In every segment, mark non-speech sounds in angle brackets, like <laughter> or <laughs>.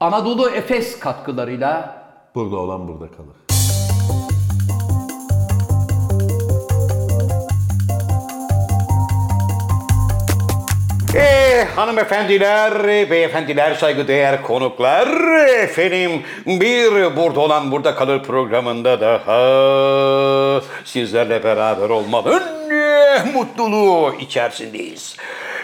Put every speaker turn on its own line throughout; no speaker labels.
Anadolu Efes katkılarıyla
Burada olan burada kalır.
Ee, hanımefendiler, beyefendiler, saygıdeğer konuklar, efendim bir burada olan burada kalır programında daha sizlerle beraber olmanın eh, mutluluğu içerisindeyiz.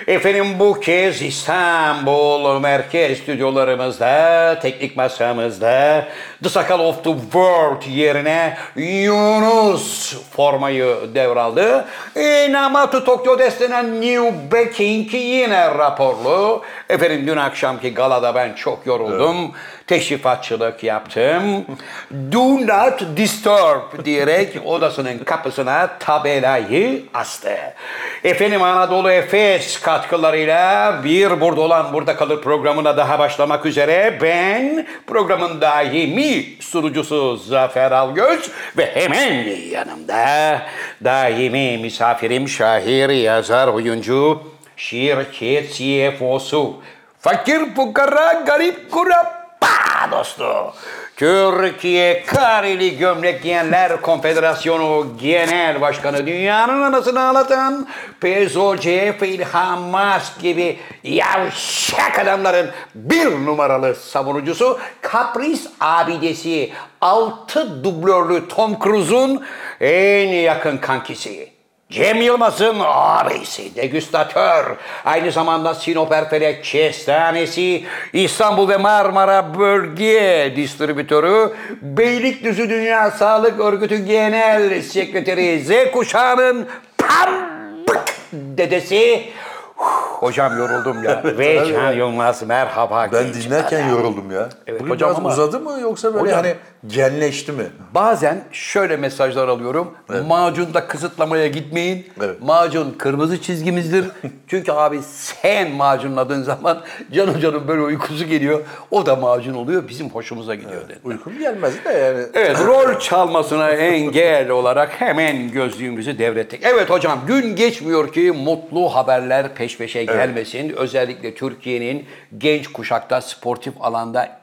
Efendim bu kez İstanbul merkez stüdyolarımızda, teknik masamızda The Sakal of the World yerine Yunus formayı devraldı. E, Namatu Tokyo destinen New Baking yine raporlu. Efendim dün akşamki galada ben çok yoruldum. Teşrifatçılık yaptım. Do not disturb diyerek odasının kapısına tabelayı astı. Efendim Anadolu Efes katkılarıyla bir burada olan burada kalır programına daha başlamak üzere ben programın daimi sunucusu Zafer Algöz ve hemen yanımda daimi misafirim şair, yazar, oyuncu, şirket CFO'su, fakir fukara garip kurabba dostu. Türkiye Kareli Gömlek Giyenler Konfederasyonu Genel Başkanı dünyanın anasını ağlatan PSOC, İlhan Mas gibi yavşak adamların bir numaralı savunucusu kapris abidesi altı dublörlü Tom Cruise'un en yakın kankisi. Cem Yılmaz'ın abisi, degüstatör, aynı zamanda Sinop Erfelek Kestanesi, İstanbul ve Marmara Bölge Distribütörü, Beylikdüzü Dünya Sağlık Örgütü Genel Sekreteri, Z kuşağının pambık dedesi, Uf, Hocam yoruldum ya. Ve Can Yılmaz merhaba.
Ben
genç
dinlerken
adam.
yoruldum ya.
Evet,
Bugün
hocam
biraz
ama-
uzadı mı yoksa böyle
Hocam-
hani genleşti mi?
Bazen şöyle mesajlar alıyorum. Macunda kısıtlamaya gitmeyin.
Evet.
Macun kırmızı çizgimizdir. Çünkü abi sen macunladığın zaman Can Hoca'nın böyle uykusu geliyor. O da macun oluyor. Bizim hoşumuza gidiyor dedi.
Uykum gelmez de yani.
Evet, rol çalmasına engel olarak hemen gözlüğümüzü devrettik. Evet hocam, gün geçmiyor ki mutlu haberler peş peşe gelmesin. Özellikle Türkiye'nin genç kuşakta sportif alanda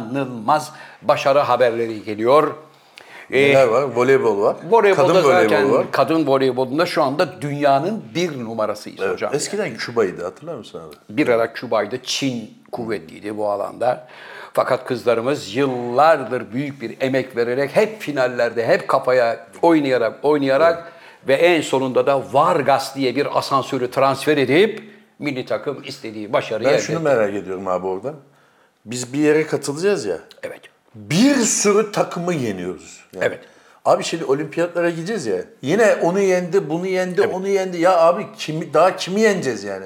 inanılmaz başarı haberleri geliyor. Ee,
Neler var? Voleybol var.
voleybolda
kadın
zaten
voleybolu var.
kadın voleybolunda şu anda dünyanın bir numarasıyız hocam.
Eskiden Küba'ydı hatırlar mısın abi?
Bir ara Küba'ydı, Çin kuvvetliydi bu alanda. Fakat kızlarımız yıllardır büyük bir emek vererek hep finallerde, hep kafaya oynayarak, oynayarak ve en sonunda da Vargas diye bir asansörü transfer edip milli takım istediği başarıyı
Ben
elde
şunu
etti.
merak ediyorum abi orada. Biz bir yere katılacağız ya.
Evet.
Bir sürü takımı yeniyoruz. Yani.
Evet.
Abi şimdi olimpiyatlara gideceğiz ya. Yine onu yendi, bunu yendi, onu yendi. Ya abi kimi daha kimi yeneceğiz yani?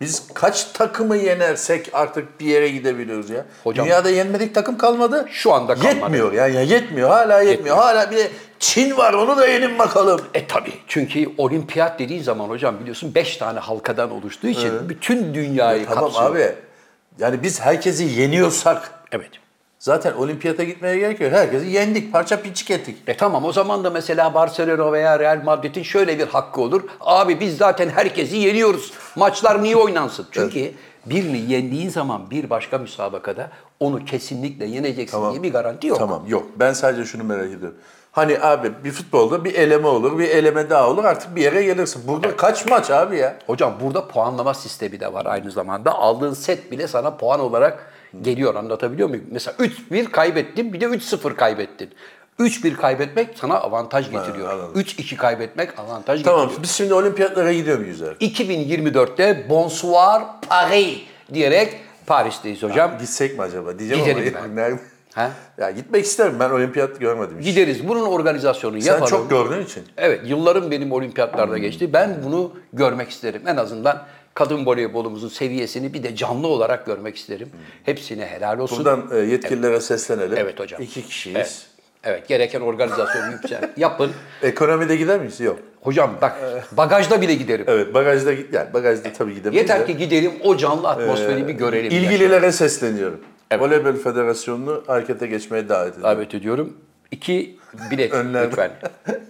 Biz kaç takımı yenersek artık bir yere gidebiliyoruz ya.
Hocam-
Dünyada yenmedik takım kalmadı.
Şu anda kalmadı.
Yetmiyor yani ya yetmiyor. Hala yetmiyor. Hala bir de Çin var onu da yenin bakalım.
E tabii. Çünkü olimpiyat dediğin zaman hocam biliyorsun 5 tane halkadan oluştuğu için bütün dünyayı
tamam
kapsıyor.
abi. Yani biz herkesi yeniyorsak
Evet.
zaten olimpiyata gitmeye gerek yok. Herkesi yendik, parça pinçik ettik.
E tamam o zaman da mesela Barcelona veya Real Madrid'in şöyle bir hakkı olur. Abi biz zaten herkesi yeniyoruz. Maçlar niye oynansın? Çünkü birini yendiğin zaman bir başka müsabakada onu kesinlikle yeneceksin diye bir garanti yok.
Tamam yok. Ben sadece şunu merak ediyorum. Hani abi bir futbolda bir eleme olur, bir eleme daha olur artık bir yere gelirsin. Burada kaç maç abi ya?
Hocam burada puanlama sistemi de var aynı zamanda. Aldığın set bile sana puan olarak geliyor anlatabiliyor muyum? Mesela 3-1 kaybettin bir de 3-0 kaybettin. 3-1 kaybetmek sana avantaj getiriyor. 3-2 kaybetmek avantaj
Tamam
getiriyor.
biz şimdi olimpiyatlara gidiyor muyuz abi?
2024'te Bonsoir Paris diyerek Paris'teyiz hocam.
Gitsek mi acaba? Diyeceğim
Gidelim
ama.
ben.
Nerede?
Ha?
Ya gitmek isterim ben olimpiyat görmedim. hiç.
Gideriz. Bunun organizasyonunu
Sen
yapalım.
çok gördüğün için.
Evet, yıllarım benim olimpiyatlarda geçti. Ben bunu görmek isterim. En azından kadın voleybolumuzun seviyesini bir de canlı olarak görmek isterim. Hepsine helal olsun.
Buradan e, yetkililere seslenelim.
Evet hocam.
İki kişiyiz.
Evet. Evet, gereken organizasyonu yüksel- <laughs> yapın.
Ekonomide gider miyiz? Yok.
Hocam bak, bagajda bile giderim.
Evet bagajda git. Yani bagajda tabii gidemeyiz.
Yeter
de.
ki gidelim, o canlı atmosferi bir görelim.
İlgililere sesleniyorum. Voleybol Federasyonu'nu harekete geçmeye davet ediyorum.
davet ediyorum. İki
<laughs>
bilet
Önlerden.
lütfen.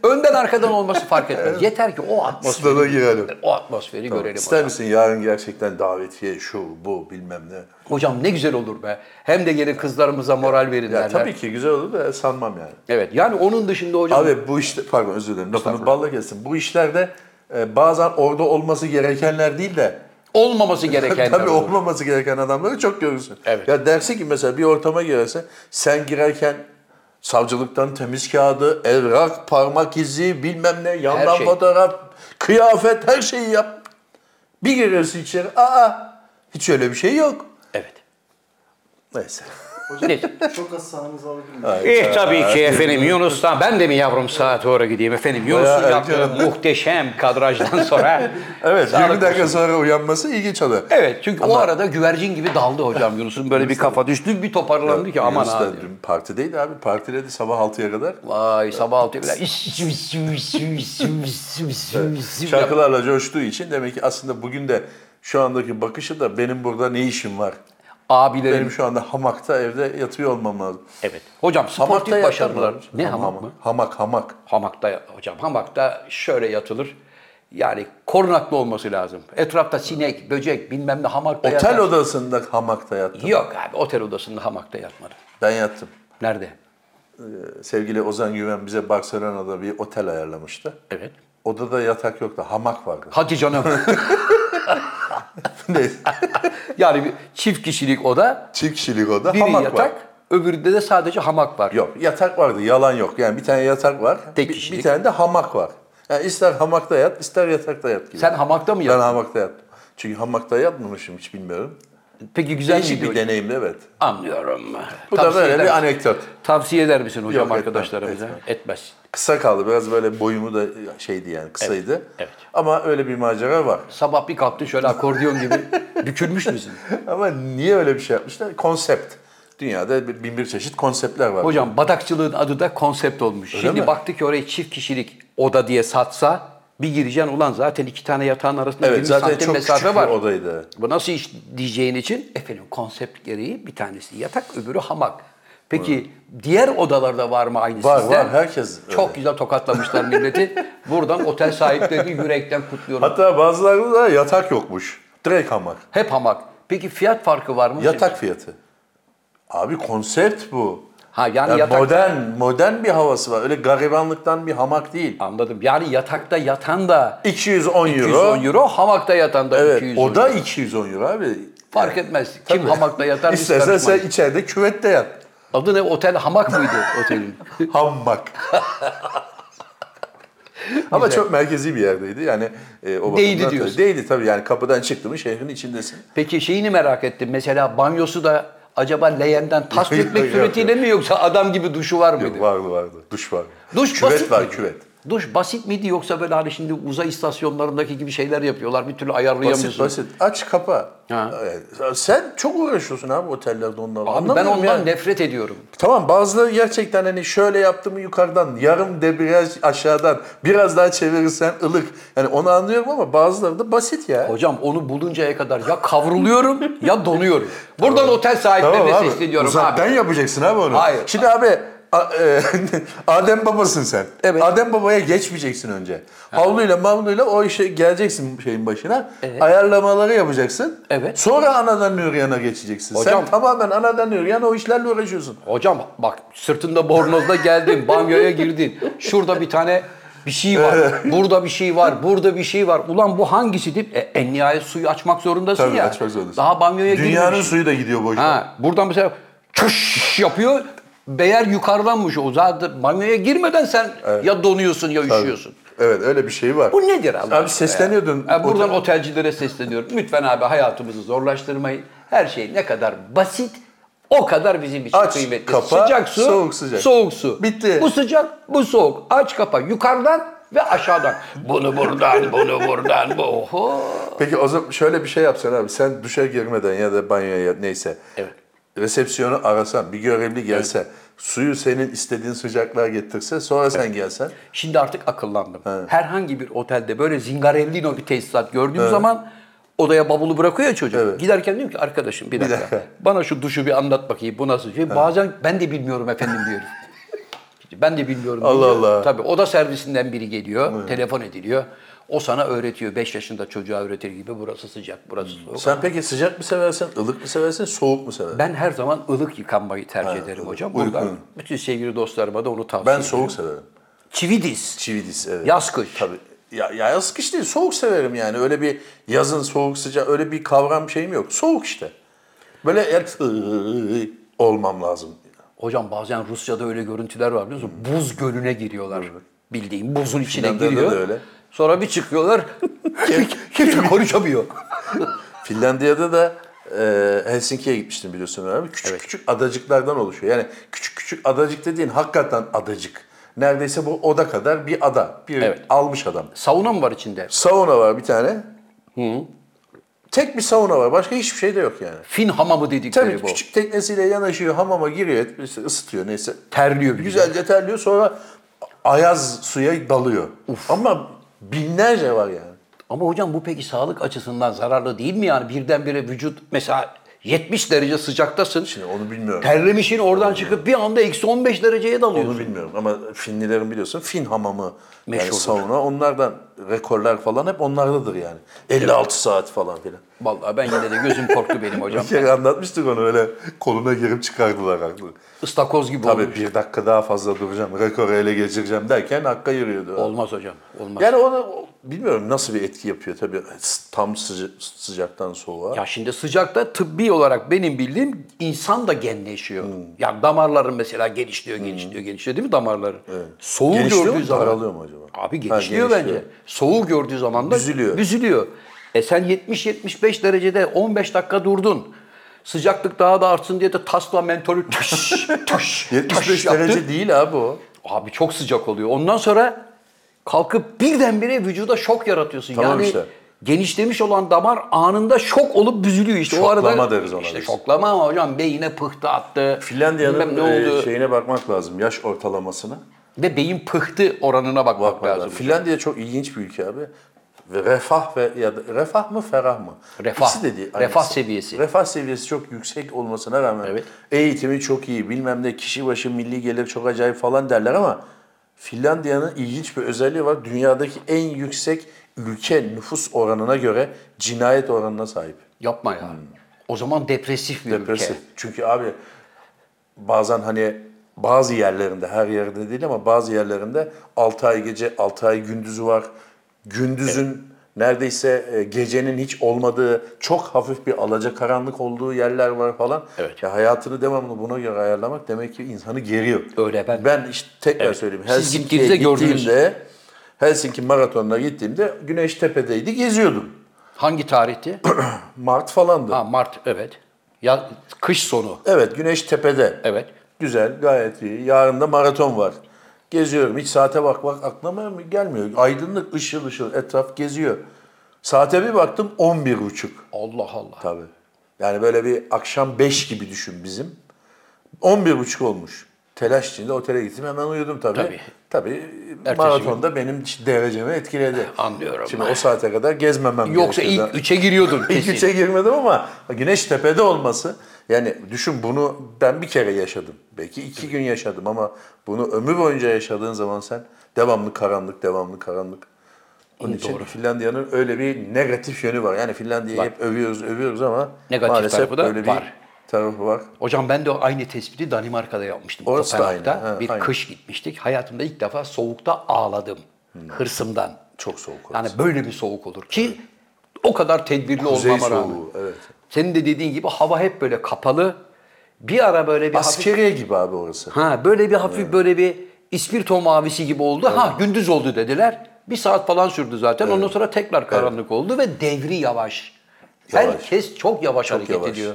Önden arkadan olması fark etmez. Yeter ki o atmosferi,
Stada girelim.
o atmosferi görelim.
İster
hocam.
misin yarın gerçekten davetiye şu bu bilmem ne?
Hocam ne güzel olur be. Hem de gelin kızlarımıza moral verin
Ya
derler.
tabii ki güzel olur da sanmam yani.
Evet yani onun dışında hocam
Abi bu işte pardon özür dilerim lafını balla kesin. Bu işlerde e, bazen orada olması gerekenler değil de <laughs>
olmaması gerekenler
tabii
olur.
olmaması gereken adamları çok görürsün.
Evet.
Ya derse ki mesela bir ortama girerse sen girerken savcılıktan temiz kağıdı, evrak, parmak izi, bilmem ne, yandan
şey.
fotoğraf, kıyafet her şeyi yap. Bir giriyorsun içeri. Aa! Hiç öyle bir şey yok.
Evet.
Neyse.
Neyse.
Çok az sahanızı alabilir miyim?
Eh tabii ki efendim Yunus'tan ben de mi yavrum sağa doğru gideyim efendim Yunus'un
Bayağı
yaptığı
<laughs> erken.
muhteşem kadrajdan sonra
<laughs> Evet,
sağlık
20 dakika sonra uyanması ilginç olur.
Evet çünkü o arada güvercin gibi daldı hocam Yunus'un böyle bir kafa düştü bir toparlandı ki aman
Yunus da
ha. diyor.
dün partideydi abi. Partiledi sabah 6'ya kadar.
Vay sabah altı bile iş, iş, iş, iş, iş, iş, iş.
Şarkılarla coştuğu için demek ki aslında bugün de şu andaki bakışı da benim burada ne işim var? Benim
abilerim.
şu anda hamakta evde yatıyor olmam lazım.
Evet. Hocam
Hamakta
sportif başarılar.
yatarlar.
Ne hamak mı?
Hamak hamak.
Hamakta hocam hamakta şöyle yatılır. Yani korunaklı olması lazım. Etrafta sinek, böcek bilmem ne hamakta
Otel
yatarsın.
odasında hamakta yattım.
Yok abi otel odasında hamakta yatmadım.
Ben yattım.
Nerede?
Sevgili Ozan Güven bize Barcelona'da bir otel ayarlamıştı.
Evet.
Odada yatak yoktu, hamak vardı. <laughs>
Hadi canım.
Neyse.
yani bir çift kişilik oda,
Çift kişilik oda,
biri
hamak
yatak,
var.
öbüründe de sadece hamak var.
Yok yatak vardı yalan yok. Yani bir tane yatak var.
Tek
bir- Bir,
kişilik.
tane de hamak var. Yani ister hamakta yat ister yatakta yat gibi.
Sen hamakta mı
Ben
yattın?
hamakta yattım. Çünkü hamakta yatmamışım hiç bilmiyorum.
Peki güzel
Değişik
miydi
bir
hocam?
deneyimdi evet.
Anlıyorum.
Bu da
Tavsiye
böyle
eder
bir
misin?
anekdot.
Tavsiye eder misin hocam
Yok, etmem,
arkadaşlarımıza?
etmem.
Etmez.
Kısa kaldı. Biraz böyle boyumu da şeydi yani kısaydı.
evet.
Ama öyle bir macera var. <laughs>
Sabah bir kalktın şöyle akordeon gibi bükülmüş müsün?
Ama niye öyle bir şey yapmışlar? Konsept. Dünyada bir- bin bir çeşit konseptler var.
Hocam badakçılığın adı da konsept olmuş. Şimdi
mi?
baktık ki orayı çift kişilik oda diye satsa bir gireceksin ulan zaten iki tane yatağın arasında
evet
20
zaten
santim
çok
mesafe
küçük
var.
bir odaydı.
Bu nasıl iş diyeceğin için efendim konsept gereği bir tanesi yatak öbürü hamak. Peki diğer odalarda var mı aynı
Var,
sizde?
var. Herkes öyle.
Çok güzel tokatlamışlar
<laughs>
milleti. Buradan otel sahiplerini yürekten kutluyorum.
Hatta bazılarında da yatak yokmuş. Direkt hamak.
Hep hamak. Peki fiyat farkı var mı?
Yatak fiyatı. Abi konsept bu.
Ha yani,
Yani
yatak.
modern, modern bir havası var. Öyle garibanlıktan bir hamak değil.
Anladım. Yani yatakta yatan da
210,
210
euro.
euro, hamakta yatan da
Evet,
200 euro.
o da 210 euro abi.
Fark etmez. Kim hamakta yatar biz
İstersen sen
karışmayız.
içeride küvette yat.
Adı ne? Otel hamak mıydı
<laughs>
otelin?
Hamak.
<laughs>
Ama çok merkezi bir yerdeydi yani e, o
Değdi
bakımdan
diyorsun.
tabii- Değdi tabii yani kapıdan çıktı mı şehrin içindesin.
Peki şeyini merak ettim. Mesela banyosu da acaba leğenden tas
<laughs> Yok,
dökmek
yok,
suretiyle mi yoksa adam gibi duşu var mıydı?
Vardı vardı. Duş var.
Duş
küvet
basit
var
miydi?
küvet.
Duş basit miydi yoksa böyle hani şimdi uzay istasyonlarındaki gibi şeyler yapıyorlar bir türlü ayarlayamıyorsun.
Basit basit. Aç kapa.
Ha.
Ee, Sen çok uğraşıyorsun abi otellerde onlarla.
Abi ben
Anlamıyorum
ondan
yani.
nefret ediyorum.
Tamam bazıları gerçekten hani şöyle yaptım yukarıdan, yarım debriyaj aşağıdan, biraz daha çevirirsen ılık. Yani onu anlıyorum ama bazıları da basit ya.
Hocam onu buluncaya kadar ya
<laughs>
kavruluyorum ya donuyorum. Buradan otel sahiplerine sesleniyorum
uzaktan
abi.
yapacaksın abi onu.
Hayır.
Şimdi abi a- e, <laughs> Adem babasın sen. Evet. Adem babaya geçmeyeceksin önce. Havluyla mavluyla o işe geleceksin şeyin başına. Ayarlamaları yapacaksın.
Evet.
Sonra anadan üryana geçeceksin.
Hocam-
sen tamamen anadan üryana o işlerle uğraşıyorsun.
Hocam bak sırtında bornozla geldin, banyoya girdin. Şurada bir tane bir şey var, burada bir şey var, burada bir şey var. Ulan bu hangisi deyip e, en nihayet suyu açmak zorundasın
Tabii
ya.
açmak zorundasın.
Daha banyoya
Dünyanın
girmemiş.
suyu da gidiyor boşuna.
şey. Ha, buradan mesela çuş yapıyor. Beyer yukarılanmış. O zaten banyoya girmeden sen ya donuyorsun ya üşüyorsun.
Evet öyle bir şey var.
Bu nedir Allah
Abi
aşkına
sesleniyordun.
Ya? Ha, buradan otelcilere sesleniyorum. Lütfen abi hayatımızı zorlaştırmayın. Her şey ne kadar basit o kadar bizim için
Aç,
kıymetli.
kapa,
sıcak su,
soğuk sıcak.
Soğuk su.
Bitti.
Bu sıcak, bu soğuk. Aç kapa yukarıdan ve aşağıdan. Bunu buradan, bunu buradan. Bu. Oho.
Peki o zaman şöyle bir şey yapsan abi. Sen duşa girmeden ya da banyoya neyse.
Evet.
Resepsiyonu arasan, bir görevli gelse, suyu senin istediğin sıcaklığa getirse, sonra sen gelsen.
Şimdi artık akıllandım. Herhangi bir otelde böyle zingarellino bir tesisat gördüğüm zaman odaya bavulu bırakıyor ya çocuk. Giderken diyorum ki arkadaşım bir dakika. <laughs>
dakika. <laughs>
Bana şu duşu bir anlat bakayım bu nasıl şey. Bazen ben de bilmiyorum efendim diyorum. Ben de bilmiyorum.
Allah
diyor.
Allah.
Tabii oda servisinden biri geliyor, telefon ediliyor. O sana öğretiyor. 5 yaşında çocuğa öğretir gibi burası sıcak, burası soğuk.
Sen peki sıcak mı seversin, ılık mı seversin, soğuk mu seversin?
Ben her zaman ılık yıkanmayı tercih ederim hocam. Buradan
Uygun.
bütün sevgili dostlarıma da onu tavsiye
Ben
ederim.
soğuk severim.
Çivi diz.
Çivi diz, evet.
Yaz kış.
Tabii. Ya, ya yaz kış değil, soğuk severim yani. Öyle bir yazın soğuk sıcak, öyle bir kavram şeyim yok. Soğuk işte. Böyle ıı, yani olmam lazım.
Hocam bazen Rusya'da öyle görüntüler var biliyor musun? Buz gölüne giriyorlar. Bildiğin buzun içine
Finlandiya'da
giriyor.
da öyle.
Sonra bir
<laughs>
çıkıyorlar. Kimse konuşamıyor.
Finlandiya'da da e, Helsinki'ye gitmiştim biliyorsun abi. Küçük küçük adacıklardan oluşuyor. Yani küçük küçük adacık dediğin hakikaten adacık. Neredeyse bu oda kadar bir ada. Bir
Evet.
almış adam.
Sauna mı var içinde?
Sauna var bir tane. Tek bir sauna var. Başka hiçbir şey de yok yani.
Fin hamamı
Tabii
dedikleri bu.
küçük teknesiyle yanaşıyor, hamama giriyor, işte ısıtıyor neyse.
Terliyor bir de.
Güzelce terliyor sonra ayaz suya dalıyor. Ama binlerce var yani.
Ama hocam bu peki sağlık açısından zararlı değil mi yani? Birdenbire vücut mesela 70 derece sıcaktasın.
Şimdi onu bilmiyorum.
Terlemişin oradan çıkıp bir anda eksi 15 dereceye dalıyorsun.
Onu bilmiyorum ama Finlilerin biliyorsun Fin hamamı yani
Meşhurdur.
sauna onlardan rekorlar falan hep onlardadır yani. 56 saat falan filan.
Vallahi ben yine de gözüm korktu benim hocam.
<laughs> Bir kere anlatmıştık onu öyle koluna girip çıkardılar haklı.
Istakoz gibi oldu.
Tabii bir dakika daha fazla duracağım, rekoru ele geçireceğim derken hakka yürüyordu.
Olmaz hocam. Olmaz.
Yani onu o- bilmiyorum nasıl bir etki yapıyor tabii tam sıca- sıcaktan soğuğa.
Ya şimdi sıcakta tıbbi olarak benim bildiğim insan da genleşiyor.
Hmm.
Yani damarların mesela genişliyor, genişliyor, genişliyor değil mi damarları? Soğuğu
Genişliyor
gördüğü
mu,
zaman.
daralıyor mu acaba?
Abi
Ha,
genişliyor,
genişliyor.
bence. Soğuğu gördüğü zaman da
Büzülüyor.
büzülüyor. E sen 70-75 derecede 15 dakika durdun. Sıcaklık daha da artsın diye de tasla mentolü
<laughs>
tuş, tuş,
75
tuş yaptın.
derece değil abi o.
Abi çok sıcak oluyor. Ondan sonra kalkıp birdenbire vücuda şok yaratıyorsun.
Tamam
yani
işte.
genişlemiş olan damar anında şok olup büzülüyor işte. o
Şoklama
arada,
deriz ona
İşte
biz.
şoklama ama hocam beyine pıhtı attı.
Finlandiya'nın
Bilmem ne
e,
oldu.
şeyine bakmak lazım, yaş ortalamasına.
Ve beyin pıhtı oranına bakmak
Bakmak lazım.
lazım.
Finlandiya çok ilginç bir ülke abi. Ve refah ve ya da refah mı ferah mı?
Refah.
İkisi de değil,
Refah
aynısı.
seviyesi.
Refah seviyesi çok yüksek olmasına rağmen
Evet.
eğitimi çok iyi, bilmem ne kişi başı milli gelir çok acayip falan derler ama Finlandiya'nın ilginç bir özelliği var. Dünyadaki en yüksek ülke nüfus oranına göre cinayet oranına sahip.
Yapma ya. O zaman depresif bir
Hmm. Depresif.
ülke.
Çünkü abi bazen hani bazı yerlerinde her yerde değil ama bazı yerlerinde 6 ay gece 6 ay gündüzü var. Gündüzün neredeyse e, gecenin hiç olmadığı çok hafif bir alaca karanlık olduğu yerler var falan.
Evet.
Ya hayatını devamlı buna göre ayarlamak demek ki insanı geriyor.
Öyle ben-
Ben işte tekrar söyleyeyim.
Siz
Helsinki'ye
gittiğinizde gördünüz.
gittiğimde Helsinki maratonuna gittiğimde Güneştepe'deydi geziyordum.
Hangi
<clears throat>
tarihti?
Mart falandı.
ha, Mart evet. Ya kış sonu.
Evet Güneştepe'de.
Evet.
Güzel, gayet iyi. Yarın da maraton var. Geziyorum. Hiç saate bak bak aklıma mı gelmiyor. Aydınlık, ışıl ışıl etraf geziyor. Saate bir baktım 11.30.
Allah Allah.
Tabii. Yani böyle bir akşam 5 gibi düşün bizim. 11.30 olmuş. Telaş içinde otele gittim. Hemen uyudum tabii.
Tabii.
Tabii
Ertesi
maratonda benim derecemi etkiledi.
Anlıyorum.
Şimdi o saate kadar gezmemem
Yoksa
gerekiyordu.
ilk üçe giriyordun
<laughs> İlk
kesin.
üçe şey girmedim ama Güneş Tepe'de olması yani düşün bunu ben bir kere yaşadım. Belki iki gün yaşadım ama bunu ömür boyunca yaşadığın zaman sen devamlı karanlık, devamlı karanlık. Onun için Finlandiya'nın öyle bir negatif yönü var. Yani Finlandiya'yı hep övüyoruz, övüyoruz ama
Negatif
maalesef
tarafı da
öyle bir
var.
tarafı var.
Hocam ben de o aynı tespiti Danimarka'da yapmıştım.
Orası da
Kopenhag'da.
aynı, ha,
bir
aynı.
kış gitmiştik. Hayatımda ilk defa soğukta ağladım. Hırsımdan.
Hmm. Çok soğuk
Yani böyle bir soğuk olur ki o kadar tedbirli
Kuzey
olmama rağmen.
soğuğu, evet.
Senin de dediğin gibi hava hep böyle kapalı. Bir ara böyle bir hafif,
Askeriye gibi abi orası.
ha böyle bir hafif böyle bir ispirto mavisi gibi oldu. Ha gündüz oldu dediler. Bir saat falan sürdü zaten. Ondan sonra tekrar karanlık oldu ve devri yavaş.
Yavaş.
Herkes çok yavaş hareket
yavaş.
ediyor.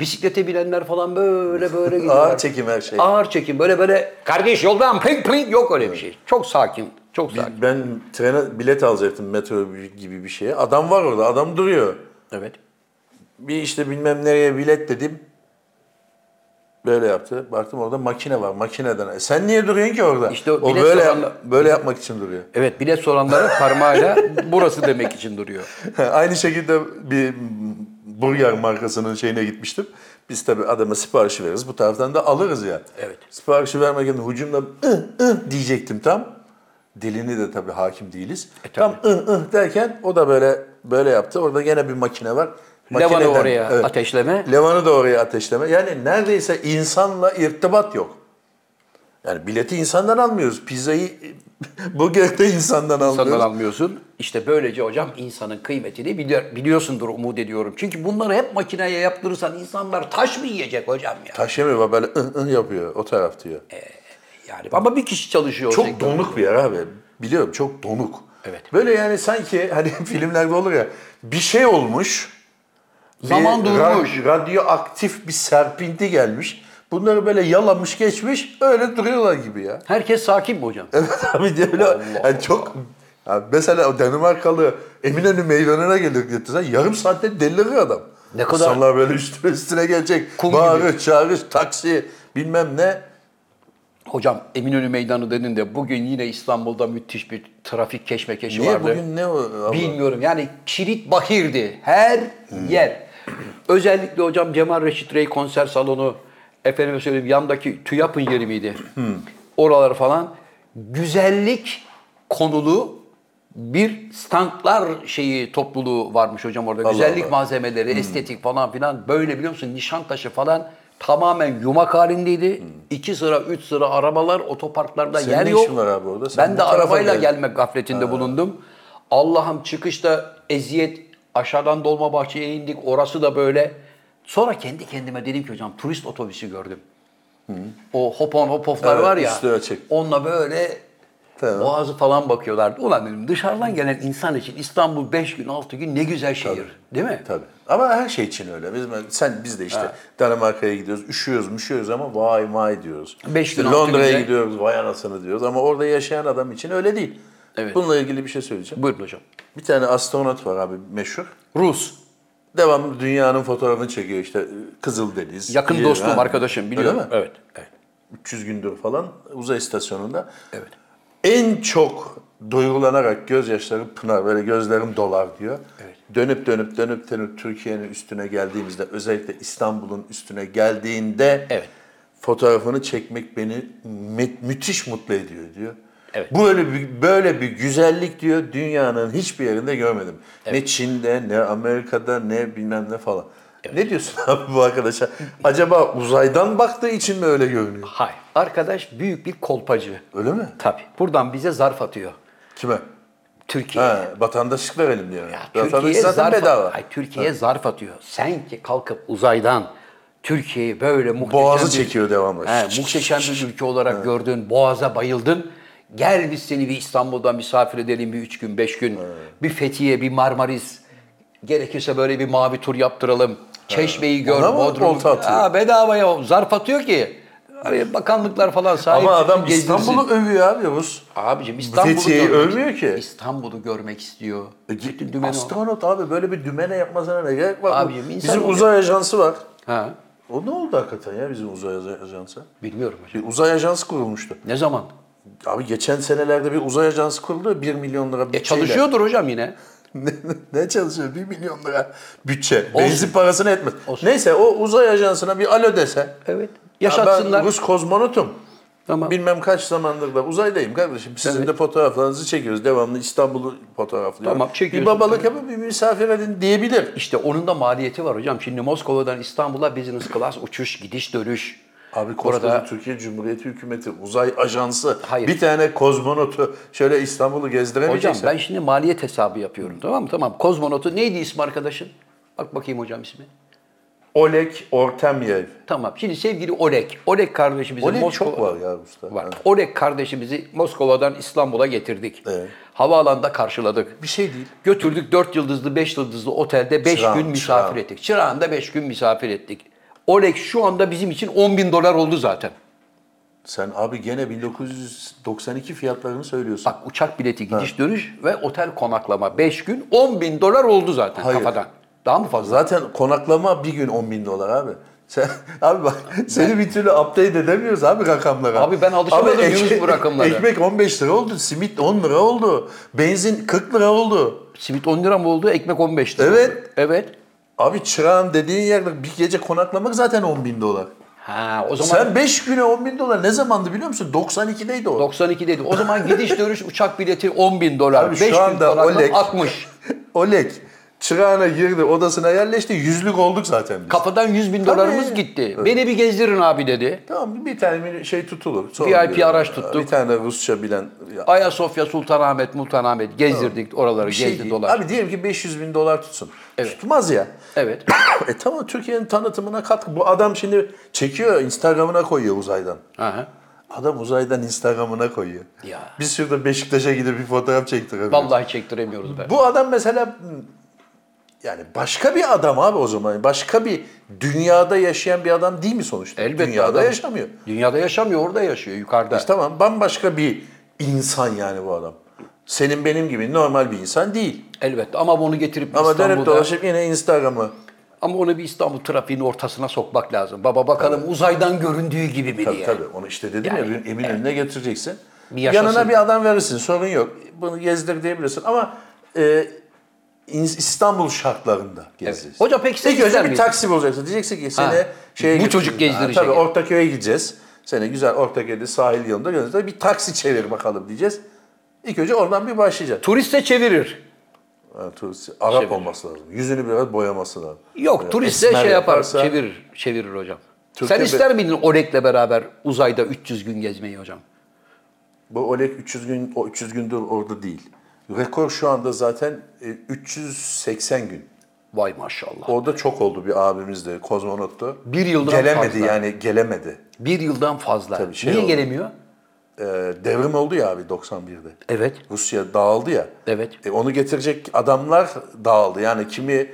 Bisiklete binenler falan böyle böyle gidiyorlar.
<laughs> Ağır çekim her şey.
Ağır çekim böyle böyle kardeş yoldan pink pink yok öyle bir şey. Çok sakin. Çok sakin.
Ben trene bilet alacaktım metro gibi bir şeye. Adam var orada, adam duruyor.
Evet.
bir işte bilmem nereye bilet dedim. Böyle yaptı. Baktım orada makine var. Makineden. "E sen niye duruyorsun ki orada?
İşte o
o
bilet
böyle
soranla-
böyle yapmak için duruyor.
Evet bilet soranlara parmağıyla burası demek için duruyor.
Aynı şekilde bir burger markasının şeyine gitmiştim. Biz tabii adama siparişi veririz. Bu taraftan da alırız ya.
Evet.
Siparişi vermeden hücumla ıh ıh diyecektim tam. Dilini de tabii hakim değiliz.
E,
tam ıh ıh derken o da böyle böyle yaptı. Orada gene bir makine var.
Levanı
Makineden-
oraya ateşleme.
Levanı da oraya ateşleme. Yani neredeyse insanla irtibat yok. Yani bileti insandan almıyoruz. Pizzayı <laughs> burgerde insandan almıyoruz.
insandan almıyorsun. İşte böylece hocam insanın kıymetini biliyor, biliyorsundur umut ediyorum. Çünkü bunları hep makineye yaptırırsan insanlar taş mı yiyecek hocam ya?
Taşemi var böyle ıh ıh yapıyor o taraf diyor.
Yani ama bir kişi çalışıyor. o
çok
sektörde.
donuk bir yer abi. Biliyorum çok donuk.
Evet.
Böyle yani sanki <laughs> hani filmlerde olur ya bir şey olmuş. bir
Zaman durmuş.
ra- radyoaktif bir serpinti gelmiş. Bunları böyle yalamış geçmiş öyle duruyorlar gibi ya. <laughs>
Herkes sakin mi hocam?
Evet abi diye böyle yani çok ya mesela o Danimarkalı Eminönü meydanına gelir getirsen yarım saatte delirir adam.
Ne kadar-
İnsanlar böyle üstüne üstüne gelecek.
Kum
Bağırış, çağırış, taksi bilmem ne.
Hocam Eminönü Meydanı dedin de bugün yine İstanbul'da müthiş bir trafik keşmekeşi
Niye
vardı.
bugün ne o? Allah?
Bilmiyorum yani kilit bahirdi her
Hmm.
yer. Özellikle hocam Cemal Reşit Rey konser salonu, efendime söyleyeyim yandaki TÜYAP'ın yeri miydi?
Hmm.
Oralar falan güzellik konulu bir standlar şeyi topluluğu varmış hocam orada. güzellik
Allah. Hmm.
malzemeleri, estetik falan filan böyle biliyor musun Nişantaşı falan tamamen yumak halindeydi.
Hmm.
İki sıra, üç sıra arabalar, otoparklarda
Senin
yer
ne
yok.
işin var abi orada? Sen
ben
bu
de
tarafa
arabayla
geldin.
gelmek gafletinde bulundum. Allah'ım çıkışta eziyet aşağıdan Dolmabahçe'ye indik. Orası da böyle. Sonra kendi kendime dedim ki hocam turist otobüsü gördüm. O hop on hop off'lar
Evet,
var ya.
üstü açık.
Onunla böyle
Tamam.
boğazı falan bakıyorlardı. Ulan dedim dışarıdan gelen insan için İstanbul 5 gün 6 gün ne güzel şehir. Değil mi?
Tabii. Ama her şey için öyle. Biz sen biz de işte Danimarka'ya gidiyoruz, üşüyoruz, müşüyoruz ama vay vay diyoruz.
Beş
İşte
gün, altı
Londra'ya
günde-
gidiyoruz, vay anasını diyoruz ama orada yaşayan adam için öyle değil.
Evet.
Bununla ilgili bir şey söyleyeceğim.
Buyurun hocam.
Bir tane astronot var abi meşhur.
Rus.
Devamlı dünyanın fotoğrafını çekiyor işte Kızıldeniz.
Yakın
biliyorum
dostum,
ha.
arkadaşım biliyorum.
Öyle mi?
Evet. evet.
300 gündür falan uzay istasyonunda.
Evet.
En çok duygulanarak gözyaşlarım pınar, böyle gözlerim dolar diyor.
Evet.
Dönüp dönüp dönüp dönüp Türkiye'nin üstüne geldiğimizde, özellikle İstanbul'un üstüne geldiğinde
Evet.
fotoğrafını çekmek beni mü- müthiş mutlu ediyor diyor.
Evet.
Bu Böyle bir, böyle bir güzellik diyor dünyanın hiçbir yerinde görmedim. Ne Çin'de, ne Amerika'da, ne bilmem ne falan. Ne diyorsun <laughs> abi bu arkadaşa? Acaba uzaydan baktığı için mi öyle görünüyor?
Hayır. Arkadaş büyük bir kolpacı.
Öyle mi?
Tabii. Buradan bize zarf atıyor.
Kime?
Türkiye.
Ha, vatandaşlık verelim diyor.
Ya
vatandaşlık zaten
zarf-
bedava.
Hayır, Türkiye zarf atıyor. Sen ki kalkıp uzaydan Türkiye'yi böyle muhteşem
Boğazı
bir-
çekiyor devamlı.
He, muhteşem bir ülke olarak gördün, boğaza bayıldın. Gel biz seni bir İstanbul'dan misafir edelim bir üç gün, beş gün. Bir Fethiye, bir Marmaris. Gerekirse böyle bir mavi tur yaptıralım. Çeşmeyi gör,
Ona mı
Bodrum'u-
olta atıyor?
Ha, bedavaya zarf atıyor ki. Hani bakanlıklar falan sahip.
Ama adam şey-
çıkıp gezdirsin.
İstanbul'u övüyor abi Yavuz.
Abicim İstanbul'u
Fethiye'yi
görmek-
övmüyor ki.
İstanbul'u görmek istiyor. Bütün
E,
dümeni o.
Astronot abi böyle bir dümene yapmasına ne gerek var?
Abicim, insan
bizim
oluyor.
uzay ajansı var.
Ha,
O ne oldu hakikaten ya bizim uzay aj- ajansı?
bilmiyorum hocam.
Bir uzay ajansı kurulmuştu.
Ne zaman?
Abi geçen senelerde bir uzay ajansı kuruldu 1 milyon lira bütçeyle.
E çalışıyordur hocam yine.
<laughs> ne, ne çalışıyor? 1 milyon lira bütçe.
Olsun.
Benzin parasını etmez.
Olsun.
Neyse o uzay ajansına bir alo dese.
Evet.
Ya
Yaşatsınlar.
Ben Rus kozmonotum.
Tamam.
Bilmem kaç zamandır da uzaydayım kardeşim. Sizin
Evet.
de fotoğraflarınızı çekiyoruz. Devamlı İstanbul'u fotoğraflıyor.
Tamam,
Bir
çekiyorsun.
babalık yapıp bir misafir edin diyebilir.
İşte onun da maliyeti var hocam. Şimdi Moskova'dan İstanbul'a business class uçuş, gidiş, dönüş.
Abi koskoca
Orada
Türkiye Cumhuriyeti Hükümeti, uzay ajansı,
Hayır.
bir tane kozmonotu şöyle İstanbul'u
hocam
gezdiremeyeceksin.
ben şimdi maliyet hesabı yapıyorum tamam mı? Tamam. Kozmonotu neydi isim arkadaşın? Bak bakayım hocam ismi.
Oleg Ortemyev.
Tamam. Şimdi sevgili Oleg. Oleg kardeşimizi
Oleg
Moskova...
çok var ya usta.
Var.
Ha.
Oleg kardeşimizi Moskova'dan İstanbul'a getirdik.
Evet.
Havaalanında karşıladık.
Bir şey değil.
Götürdük 4 yıldızlı, 5 yıldızlı otelde 5
Çırağan,
gün misafir
Çırağan.
ettik. Çırağan'da 5 gün misafir ettik. Oleg şu anda bizim için 10 bin dolar oldu zaten.
Sen abi gene 1992 fiyatlarını söylüyorsun.
Bak uçak bileti, gidiş dönüş ve otel konaklama 5 gün 10 bin dolar oldu zaten
Hayır.
kafadan. Daha mı fazla?
Zaten konaklama bir gün 10 bin dolar abi. Sen, <laughs> abi bak seni bir türlü update edemiyoruz abi rakamlara.
Abi ben alışamadım Yunus bu rakamlara.
Ekmek 15 lira oldu, simit 10 lira oldu, benzin 40 lira oldu.
Simit 10 lira mı oldu? Ekmek 15 lira.
Evet.
oldu. Evet.
Abi çırağın dediğin yerde bir gece konaklamak zaten 10 bin dolar.
Ha, o zaman
Sen 5 güne 10 bin dolar ne zamandı biliyor musun? 92'deydi <laughs> o.
92 dedi. O zaman
<laughs>
gidiş dönüş uçak bileti 10 bin dolar.
Abi
5
şu
bin
anda
dolardan
Oleg-
60.
Oleg çırağına girdi odasına yerleşti yüzlük olduk zaten biz.
Kafadan 100 bin dolarımız gitti. Beni bir gezdirin abi dedi.
tamam bir tane bir şey tutulur. Sonra
VIP
bir-
araç tuttuk.
Bir tane Rusça bilen. ya,
Ayasofya, Sultanahmet, Sultanahmet gezdirdik oraları
bir şey
gezdi
değil.
dolar.
Abi diyelim ki 500 bin dolar tutsun. Tutmaz ya. <coughs>
Evet.
e tamam Türkiye'nin tanıtımına katkı. Bu adam şimdi çekiyor Instagram'ına koyuyor uzaydan.
Aha.
Adam uzaydan Instagram'ına koyuyor.
Ya.
Biz şurada Beşiktaş'a gidip bir fotoğraf çektirebiliriz.
Vallahi çektiremiyoruz be.
Bu adam mesela yani başka bir adam abi o zaman. Başka bir dünyada yaşayan bir adam değil mi sonuçta?
Elbette
dünyada
adam.
yaşamıyor.
Dünyada yaşamıyor, orada yaşıyor yukarıda.
E tamam bambaşka bir insan yani bu adam. Senin benim gibi normal bir insan değil.
Elbette ama bunu getirip
Ama dönüp
İstanbul'da
dolaşıp yine Instagram'a.
ama onu bir İstanbul trafiğinin ortasına sokmak lazım. Baba bakalım uzaydan göründüğü gibi mi
Tabii
diye.
tabii onu işte dedim
Yani,
ya emin önüne getireceksin.
Bir yaşasın.
Yanına bir adam verirsin sorun yok. Bunu gezdir diyebilirsin ama e, İn- İstanbul şartlarında gezeceğiz.
Hoca peki sen
İlk önce
ister
bir
misin?
taksi bulacaksın. Diyeceksin ki seni
Ha,
şeye
bu
götüreyim.
çocuk gezdirecek.
Ha, Tabii Ortaköy'e gideceğiz. Seni güzel Ortaköy'de sahil yolunda göndereceğiz. Bir taksi çevir bakalım diyeceğiz. İlk önce oradan bir başlayacak.
Turiste çevirir.
Ha, turist, Arap
Çevir.
olması lazım. Yüzünü biraz boyaması lazım.
Yok
Böyle
turiste
esmer
şey yapar,
yaparsa-
çevirir, çevirir hocam.
Türkiye
Sen
be-
ister miydin Oleg'le beraber uzayda 300 gün gezmeyi hocam?
Bu Oleg 300 gün o 300 gündür orada değil. Rekor şu anda zaten e, 380 gün.
Vay maşallah.
Orada çok oldu bir abimiz de kozmonottu.
Bir yıldan
gelemedi
fazla.
yani gelemedi.
Bir yıldan fazla.
Tabii, şey
Niye
oldu.
gelemiyor?
Ee, devrim oldu ya abi 91'de.
Evet.
Rusya dağıldı ya.
Evet.
E, onu getirecek adamlar dağıldı. Yani kimi e,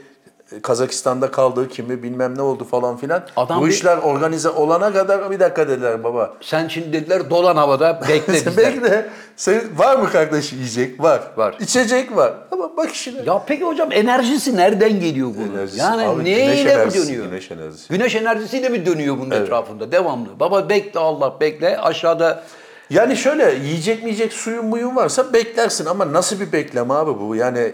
Kazakistan'da kaldı, kimi bilmem ne oldu falan filan.
Adam
Bu
bir-
işler organize olana kadar bir dakika dediler baba.
Sen şimdi dediler dolan havada bekle
<laughs>
bizden.
Sen bekle. Sen, var mı kardeş yiyecek? Var.
Var.
İçecek var. Ama bak işine.
Ya peki hocam enerjisi nereden geliyor bunun?
Enerjisi-
yani
Abi güneş
neyle mi
enerjisi,
dönüyor?
güneş enerjisi.
Güneş enerjisiyle mi dönüyor bunun etrafında devamlı? Baba bekle Allah bekle aşağıda
Yani şöyle yiyecek mi yiyecek suyun muyun varsa beklersin ama nasıl bir bekleme abi bu? Yani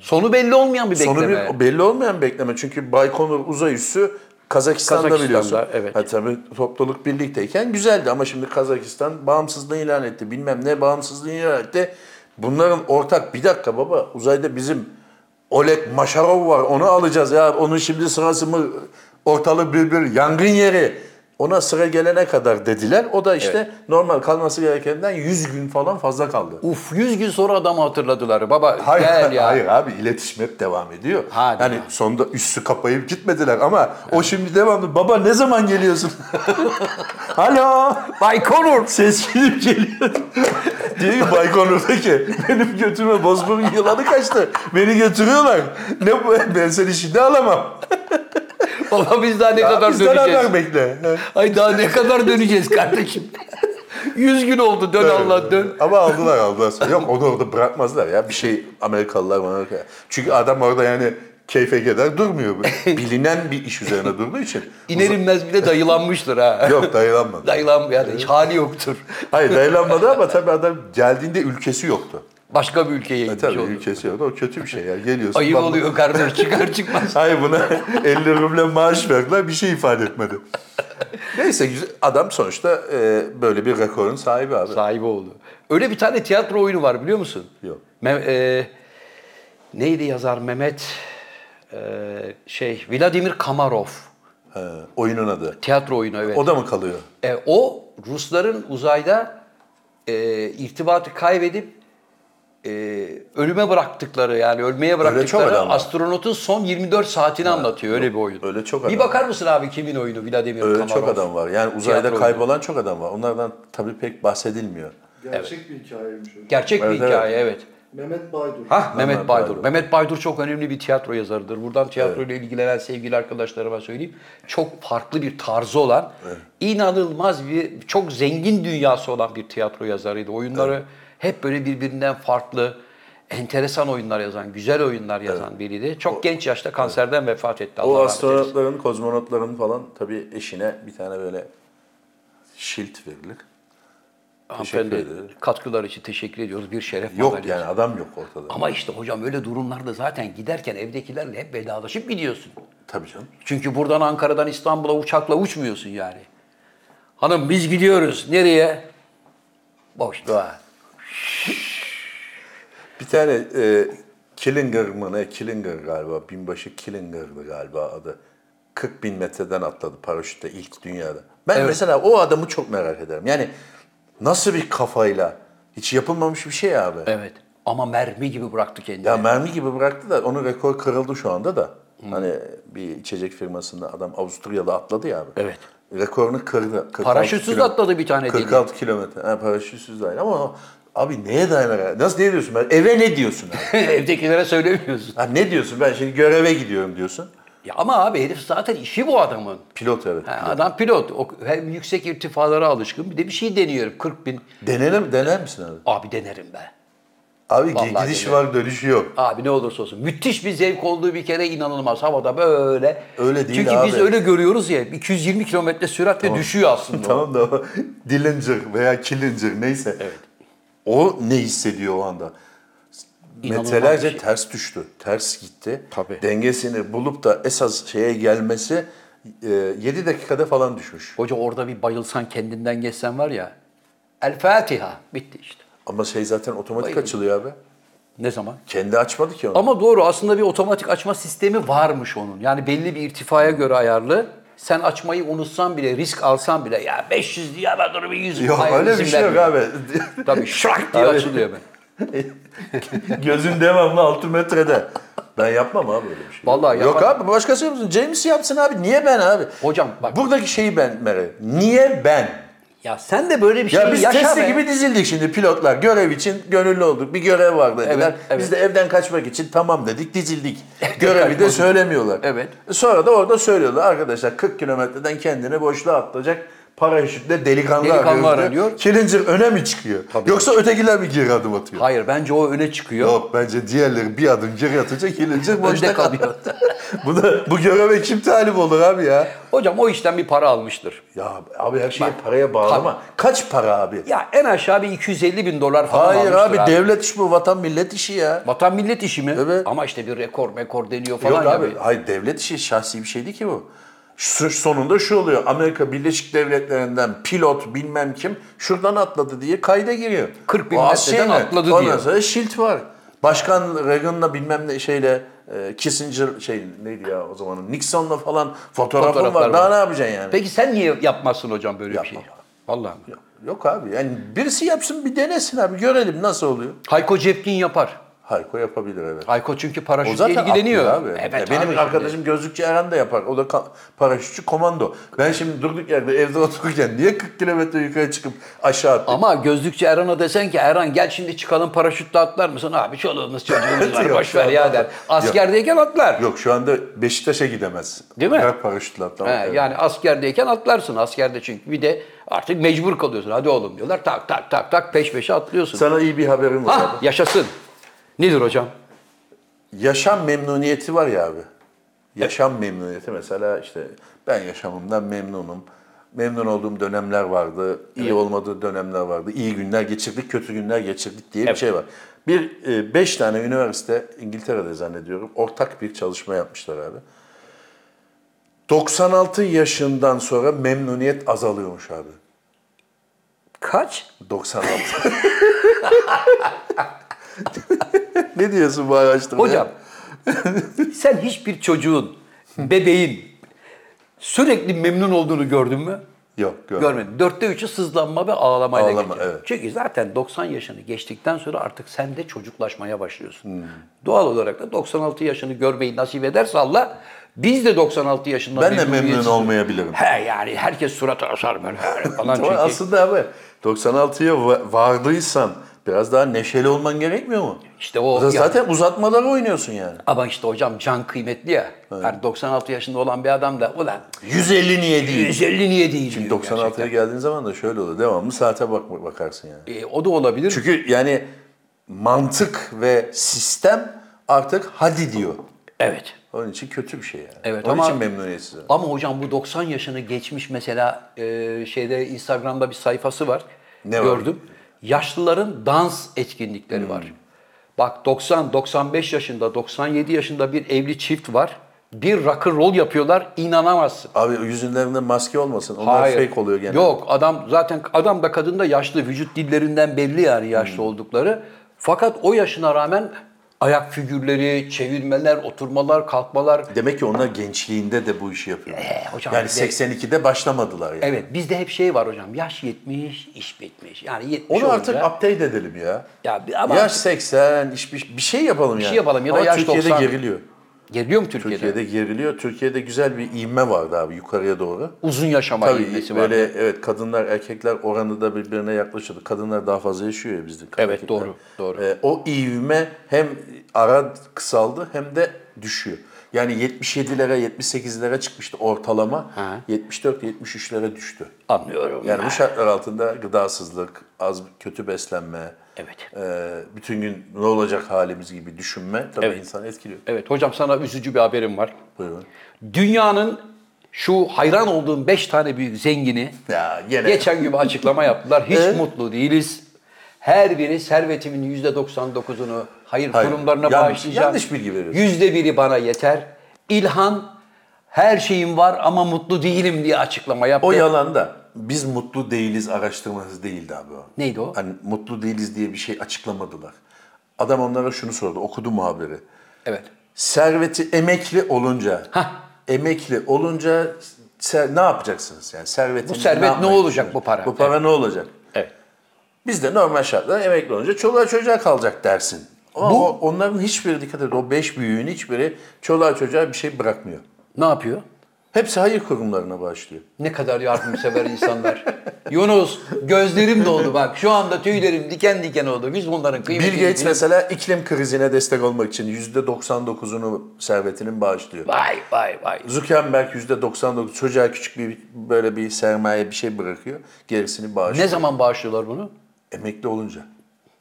sonu belli olmayan bir bekleme.
Sonu bir belli olmayan bekleme. Çünkü Baykonur uzay üssü Kazakistan'da,
Kazakistan'da,
biliyorsun.
evet.
Ha, tabii topluluk birlikteyken güzeldi ama şimdi Kazakistan bağımsızlığı ilan etti. Bilmem ne bağımsızlığı ilan etti. Bunların ortak bir dakika baba uzayda bizim Oleg Maşarov var onu alacağız ya onun şimdi sırası mı ortalık bir bir yangın yeri ona sıra gelene kadar dediler. O da işte normal kalması gerekenden 100 gün falan fazla kaldı.
Uf 100 gün sonra adamı hatırladılar. Baba
Hayır,
gel ya.
hayır abi iletişim hep devam ediyor.
Ha,
yani
devam.
sonunda üstü kapayıp gitmediler ama o şimdi devamlı baba ne zaman geliyorsun? <laughs> Alo. Baykonur. Ses gelip geliyor. <laughs> Diyor ki Baykonur'daki benim götüme bozburun yılanı kaçtı. Beni götürüyorlar. Ne bu? Ben seni şimdi alamam.
Baba biz daha ne kadar
Bizden
döneceğiz?
haber bekle.
Ay daha ne kadar döneceğiz kardeşim? <laughs> 100 gün oldu dön Allah dön.
Ama aldılar aldılar. sonra. Yok onu orada bırakmazlar ya. Bir şey Amerikalılar Amerika. Çünkü adam orada yani keyfe kadar durmuyor. Bilinen bir iş üzerine durduğu için.
İner inmez bile dayılanmıştır ha.
Yok dayılanmadı.
Dayılan yani hiç hali yoktur.
Hayır dayılanmadı ama tabii adam geldiğinde ülkesi yoktu.
Başka bir ülkeye
E
gitmiş
tabii
oldu.
ülkesi yoktu. O kötü bir şey ya. Geliyorsun.
Ayıp
lan bu-
oluyor kardeş çıkar çıkmaz.
Hayır buna <laughs> 50 ruble maaş verdiler bir şey ifade etmedi. Neyse güzel- adam sonuçta e, böyle bir rekorun sahibi abi.
Sahibi oldu. Öyle bir tane tiyatro oyunu var biliyor musun?
Yok.
Me- e, neydi yazar Mehmet? E, şey Vladimir Kamarov.
He, oyunun adı.
Tiyatro oyunu evet.
O da mı kalıyor?
E, o Rusların uzayda e, irtibatı kaybedip e, ölüme bıraktıkları yani ölmeye
çok
bıraktıkları
adam var.
astronotun son 24 saatini anlatıyor öyle bir oyun.
öyle çok
Bir
adam
bakar mısın abi kimin oyunu Vladimir
Öyle
Kamarov?
çok adam var. Yani uzayda
Tiyatro
kaybolan çok adam var. Onlardan tabii pek bahsedilmiyor.
Gerçek bir hikayeymiş hocam.
Gerçek
Evet,
bir
evet.
hikaye evet.
Mehmet Baydur.
Hah Mehmet,
Mehmet
Baydur.
Baydur.
Mehmet Baydur çok önemli bir tiyatro yazarıdır. Buradan tiyatro ile ilgilenen sevgili arkadaşlarıma söyleyeyim. Çok farklı bir tarzı olan, inanılmaz bir, çok zengin dünyası olan bir tiyatro yazarıydı. Oyunları hep böyle birbirinden farklı, enteresan oyunlar yazan, güzel oyunlar yazan biriydi. Çok genç yaşta kanserden vefat etti. Allah
O
rahmet eylesin.
astronotların, kozmonotların falan tabii eşine bir tane böyle şilt verilir.
Hanımefendi
ederim.
katkılar için teşekkür ediyoruz. Bir şeref
Yok
madalya.
yani adam yok ortada.
Ama işte hocam öyle durumlarda zaten giderken evdekilerle hep vedalaşıp gidiyorsun.
Tabii canım.
Çünkü buradan Ankara'dan İstanbul'a uçakla uçmuyorsun yani. Hanım biz gidiyoruz. Nereye? Boş dua.
Bir tane e, Killinger mı ne? Killinger galiba. Binbaşı Killinger'dı galiba adı. 40 bin metreden atladı paraşütle ilk dünyada. Ben mesela o adamı çok merak ederim. Yani nasıl bir kafayla? Hiç yapılmamış bir şey abi.
Evet. Ama mermi gibi bıraktı kendini.
Ya mermi gibi bıraktı da onun rekor kırıldı şu anda da. Hani bir içecek firmasında adam Avusturya'da atladı ya abi.
Evet.
Rekorunu kırdı. 46
Paraşütsüz
kilo-
atladı bir tane deli.
46 kilometre. Ha, paraşütsüz değil ama o- abi neye dayanarak? Nasıl ne diyorsun? Ben, eve ne diyorsun abi?
<laughs> Evdekilere söylemiyorsun.
Ha, ne diyorsun? Ben şimdi göreve gidiyorum diyorsun.
Ya ama abi herif zaten işi bu adamın.
Pilot evet.
Ha, adam pilot. O, hem yüksek irtifalara alışkın. Bir de bir şey deniyorum. 40 bin.
Denelim, dener misin abi?
Abi denerim ben.
Abi ge-
Vallahi
gidiş
denerim.
var dönüşü yok.
Abi ne olursa olsun. Müthiş bir zevk olduğu bir kere inanılmaz. Havada böyle.
Öyle değil
Çünkü biz
abi.
öyle görüyoruz ya. 220 kilometre süratle düşüyor aslında. o.
<laughs> tamam da o Dillinger veya Killinger neyse. Evet. O ne hissediyor o anda?
İnanılmaz
Metrelerce
bir şey.
ters düştü. Ters gitti.
Tabii.
Dengesini bulup da esas şeye gelmesi 7 dakikada falan düşmüş.
Hoca orada bir bayılsan kendinden geçsen var ya. El Fatiha. Bitti işte.
Ama şey zaten otomatik
Vay.
açılıyor abi.
Ne zaman?
Kendi açmadı ki onu.
Ama doğru aslında bir otomatik açma sistemi varmış onun. Yani belli bir irtifaya göre ayarlı. Sen açmayı unutsan bile, risk alsan bile ya 500 diye ben dur bir 100
yok
Hayır,
öyle bir
izin
şey yok
vermiyor.
abi. <laughs>
Tabii şak diye
Abi.
açılıyor hemen.
Gözün devamlı 6 metrede. Ben yapmam abi öyle bir şey.
Vallahi
Yok
yapmam.
abi başkası yapsın. James yapsın abi. Niye ben abi?
Hocam bak
Buradaki şeyi ben merak Niye ben?
ya sen de böyle bir şey
Ya biz
yaşa
testi
be.
gibi dizildik şimdi pilotlar. Görev için gönüllü olduk. Bir görev var dediler.
Evet, evet.
Biz de evden kaçmak için tamam
<laughs>
dedik dizildik. Görevi de söylemiyorlar.
Evet.
Sonra da orada söylüyorlar. Arkadaşlar 40 kilometreden kendini boşluğa atlayacak paraşütle delikanlı,
Delikanlı
arıyoruz diyor.
aranıyor.
Killinger öne mi çıkıyor? Yoksa ötekiler mi geri adım atıyor?
Hayır bence o öne çıkıyor.
Yok bence diğerleri bir adım geri atınca Killinger boşta
Önde
kalıyor.
kalıyor.
<laughs> bu, da, bu göreve kim talip olur abi ya?
Hocam o işten bir para almıştır.
Ya abi her şeyi paraya bağlama. Kaç para abi?
Ya en aşağı bir 250 bin dolar falan
Hayır
almıştır
abi, devlet işi bu, vatan millet işi ya.
Vatan millet işi mi?
Evet.
Ama işte bir rekor mekor deniyor falan
Yok
ya.
abi,
bir-
hayır devlet işi şahsi bir şeydi ki bu. Şu- Sonunda şu oluyor, Amerika Birleşik Devletleri'nden pilot bilmem kim şuradan atladı diye kayda giriyor.
40 bin
O az
metreden
mi?
atladı
Ondan
diyor.
sonra şilt var. Başkan Reagan'la bilmem ne şeyle, e, Kissinger şey neydi ya o zamanın, Nixon'la falan fotoğrafım
Fotoğraflar
var. Daha
var.
ne yapacaksın yani?
Peki sen niye yapmazsın hocam böyle bir
Yapmam
şey? Vallahi mi?
Yok abi yani birisi yapsın bir denesin abi görelim nasıl oluyor.
Hayko Cepkin yapar.
Hayko yapabilir evet.
Hayko çünkü
O
paraşütle
zaten
ilgileniyor.
atlıyor abi.
Evet,
Ya benim
abi şimdi.
arkadaşım gözlükçü Eren de yapar. O da ka- paraşütçü komando. Ben şimdi durduk yerde evde otururken niye 40 kilometre yukarı çıkıp aşağı atlayayım?
Ama gözlükçü Erhan'a desen ki Erhan gel şimdi çıkalım paraşütle atlar mısın? Abi çoluğumuz
<laughs>
çocuğumuz var
Yok,
boş ver
şu
ya
anda-
der.
Yok.
Askerdeyken atlar.
Yok şu anda Beşiktaş'a gidemez.
Değil mi?
Bırak paraşütle atlamak.
He,
evet.
yani askerdeyken atlarsın. Askerde çünkü bir de artık mecbur kalıyorsun. Hadi oğlum diyorlar tak tak tak tak peş peşe atlıyorsun.
Sana iyi bir haberim var
Hah
abi.
yaşasın. Nedir hocam?
Yaşam memnuniyeti var ya abi. Yaşam memnuniyeti mesela işte ben yaşamımdan memnunum. Memnun olduğum dönemler vardı, iyi olmadığı dönemler vardı. İyi günler geçirdik, kötü günler geçirdik diye bir şey var. Bir e, beş tane üniversite İngiltere'de zannediyorum ortak bir çalışma yapmışlar abi. 96 yaşından sonra memnuniyet azalıyormuş abi.
Kaç?
96. <laughs> ne diyorsun bu araştırmaya? <laughs>
Hocam sen hiçbir çocuğun, bebeğin sürekli memnun olduğunu gördün mü?
Yok görmedim.
Görmedim. Dörtte üçü sızlanma ve ağlamayla
Ağlama,
geçiyor.
evet.
Çünkü zaten 90 yaşını geçtikten sonra artık sen de çocuklaşmaya başlıyorsun.
Hmm.
Doğal olarak da 96 yaşını görmeyi nasip ederse Allah biz de 96 yaşından
Ben de memnun
memnuniyetsiz-
olmayabilirim.
He yani herkes suratı asar
<laughs>
böyle he falan
Ama
çünkü.
aslında abi 96'ya va- vardıysan biraz daha neşeli olman gerekmiyor mu?
İşte o
Zaten
yani.
zaten uzatmaları oynuyorsun yani.
Ama işte hocam can kıymetli ya. Yani 96 yaşında olan bir adam da ulan
150 niye değil?
150 niye değil diyor
96'ya
gerçekten.
geldiğin zaman da şöyle olur. Devamlı saate bak bakarsın yani.
E, o da olabilir.
Çünkü yani mantık ve sistem artık hadi diyor.
evet.
Onun için kötü bir şey yani.
Evet,
Onun
ama-
için memnuniyetsiz.
Ama hocam bu 90 yaşını geçmiş mesela e, şeyde Instagram'da bir sayfası var.
Ne var?
gördüm. Yaşlıların dans etkinlikleri var. Bak 90, 95 yaşında, 97 yaşında bir evli çift var. Bir rock'ı rol yapıyorlar, inanamazsın.
Abi yüzünlerinde maske olmasın. Onlar fake oluyor genelde.
Yok adam zaten adam da kadın da yaşlı. Vücut dillerinden belli yani yaşlı
Hmm.
oldukları. Fakat o yaşına rağmen ayak figürleri, çevirmeler, oturmalar, kalkmalar.
Demek ki onlar gençliğinde de bu işi yapıyor.
Ee, hocam
yani
bir de-
82'de başlamadılar yani.
Evet bizde hep şey var hocam. Yaş 70, iş bitmiş. Yani 70
Onu artık
olunca-
update edelim ya.
Ya bir- ama-
yaş 80, iş- bir, bir şey yapalım yani.
şey yapalım ya da
Ama
yaş
Türkiye'de
90.
geriliyor.
geliyor mu Türkiye'de?
Türkiye'de geriliyor. Türkiye'de güzel bir ivme vardı abi yukarıya doğru.
Uzun yaşama
Tabii
eğilmesi
böyle
var.
evet kadınlar erkekler oranı da birbirine yaklaşıyordu. Kadınlar daha fazla yaşıyor ya bizde.
Evet, doğru, doğru.
Ee, o ivme hem ara kısaldı hem de düşüyor. Yani 77'lere 78'lere çıkmıştı ortalama. 74-73'lere düştü.
Anlıyorum.
Yani bu şartlar altında gıdasızlık, az kötü beslenme,
Evet.
e, bütün gün ne olacak halimiz gibi düşünme tabii
Evet.
insanı etkiliyor.
Evet hocam sana üzücü bir haberim var.
Buyurun.
Dünyanın şu hayran olduğum 5 tane büyük zengini
Ya gene
geçen gün bir açıklama yaptılar. Hiç
Evet.
mutlu değiliz. Her biri servetimin %99'unu hayır,
Hayır.
kurumlarına
Yanlış-
bağışlayacağım.
yanlış bilgi veriyorsun.
%1'i bana yeter. İlhan her şeyim var ama mutlu değilim diye açıklama yaptı.
O yalan da biz mutlu değiliz araştırması değildi abi o.
Neydi o?
Hani mutlu değiliz diye bir şey açıklamadılar. Adam onlara şunu sordu, okudum mu haberi?
Evet.
Serveti emekli olunca,
Hah.
emekli olunca ser- ne yapacaksınız? Yani servetin
Bu servet ne
yapmayı
olacak
düşünüyorsunuz?
bu para?
Bu para ne olacak?
Evet.
Biz de normal şartlarda emekli olunca çoluğa çocuğa kalacak dersin. Ama o- onların hiçbiri dikkat et, o beş büyüğün hiçbiri çoluğa çocuğa bir şey bırakmıyor.
Ne yapıyor?
Hepsi hayır kurumlarına başlıyor.
Ne kadar yardımsever
<laughs>
insanlar. Yunus gözlerim doldu bak. Şu anda tüylerim diken diken oldu. Biz bunların kıymetini
Bill Gates
bilmiyoruz.
mesela iklim krizine destek olmak için %99'unu servetinin bağışlıyor.
Vay vay vay.
Zuckerberg %99 çocuğa küçük bir böyle bir sermaye bir şey bırakıyor. Gerisini bağışlıyor.
Ne zaman bağışlıyorlar bunu?
Emekli olunca.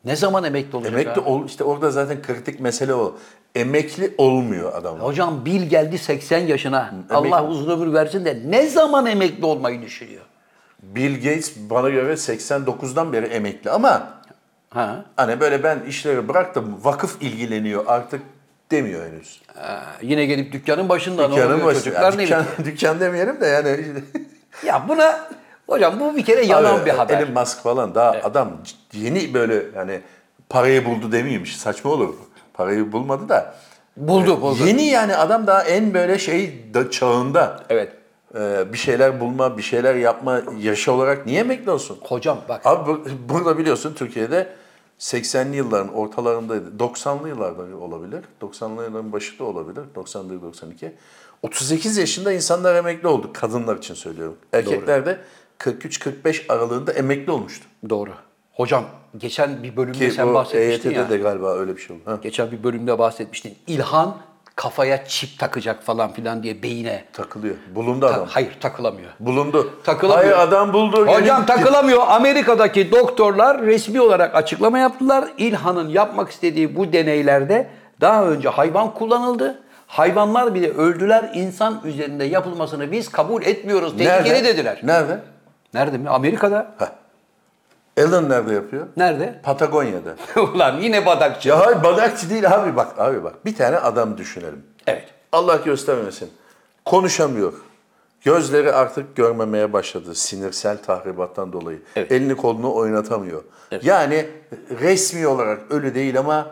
Ne zaman emekli olacak?
Emekli
ha?
ol, işte orada zaten kritik mesele o. Emekli olmuyor adamlar.
Hocam Bil geldi 80 yaşına. Allah uzun ömür versin de ne zaman emekli olmayı düşünüyor?
Bill Gates bana göre 89'dan beri emekli ama
Ha?
hani böyle ben işleri bıraktım vakıf ilgileniyor artık demiyor henüz.
Ha, Yine gelip dükkanın başında ne
Dükkanın
oluyor
başı.
çocuklar ne
Yani dükkan,
bileyim.
<laughs> dükkan demeyelim de yani
Ya buna hocam bu bir kere yalan
Abi,
bir haber.
Elon Musk falan daha adam c- yeni böyle yani parayı buldu demeyeyim saçma olur. bu. Parayı bulmadı da.
Buldu buldu.
Yeni yani adam daha en böyle şey da, çağında.
Evet.
Ee, bir şeyler bulma, bir şeyler yapma yaşı olarak niye emekli olsun?
Hocam bak
Abi bu- burada biliyorsun Türkiye'de 80'li yılların ortalarındaydı. 90'lı yıllarda olabilir. 90'lı yılların başı da olabilir. 91 92. 38 yaşında insanlar emekli oldu. Kadınlar için söylüyorum. Erkekler de 43-45 aralığında emekli olmuştu.
doğru. Hocam geçen bir bölümde
Ki
sen
bu
bahsetmiştin
EYT'de
ya.
de galiba öyle bir şey oldu. Ha.
Geçen bir bölümde bahsetmiştin. İlhan kafaya çip takacak falan filan diye beyine.
Takılıyor. Bulundu adam.
Hayır takılamıyor.
Bulundu.
Takılamıyor.
Hayır adam buldu.
Hocam
Yani-
takılamıyor. Amerika'daki doktorlar resmi olarak açıklama yaptılar. İlhan'ın yapmak istediği bu deneylerde daha önce hayvan kullanıldı. Hayvanlar bile öldüler. İnsan üzerinde yapılmasını biz kabul etmiyoruz. Tehlikeli
Nerede?
dediler.
Nerede?
Nerede mi? Amerika'da.
Elon nerede yapıyor?
Nerede? <laughs>
Patagonya'da.
Ulan yine badakçı.
Ya hayır badakçı değil abi bak abi bak. Bir tane adam düşünelim.
Evet.
Allah göstermesin. Konuşamıyor. Gözleri artık görmemeye başladı sinirsel tahribattan dolayı.
Evet.
Elini kolunu oynatamıyor. Yani resmi olarak ölü değil ama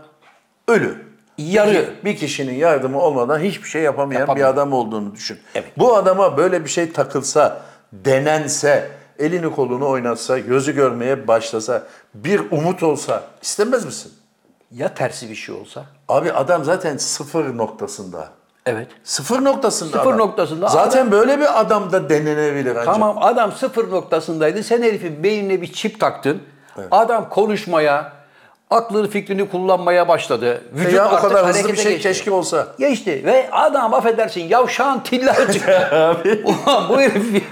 ölü.
Yarı.
Bir kişinin yardımı olmadan hiçbir şey yapamayan
Yapamıyor.
bir adam olduğunu düşün.
Evet.
Bu adama böyle bir şey takılsa, denense, elini kolunu oynatsa, gözü görmeye başlasa, bir umut olsa istemez misin?
Ya tersi bir şey olsa?
Abi adam zaten sıfır noktasında.
Evet.
Sıfır noktasında
Sıfır
adam.
noktasında
Zaten böyle bir adam da denenebilir ancak.
Tamam adam sıfır noktasındaydı. Sen herifin beynine bir çip taktın. Adam konuşmaya, aklını fikrini kullanmaya başladı.
E
Vücut
ya o
artık
kadar hızlı bir
harekete
şey
geçti.
keşke olsa.
Geçti ve adam affedersin yavşağın
<laughs>
tilla çıktı. Ulan bu herif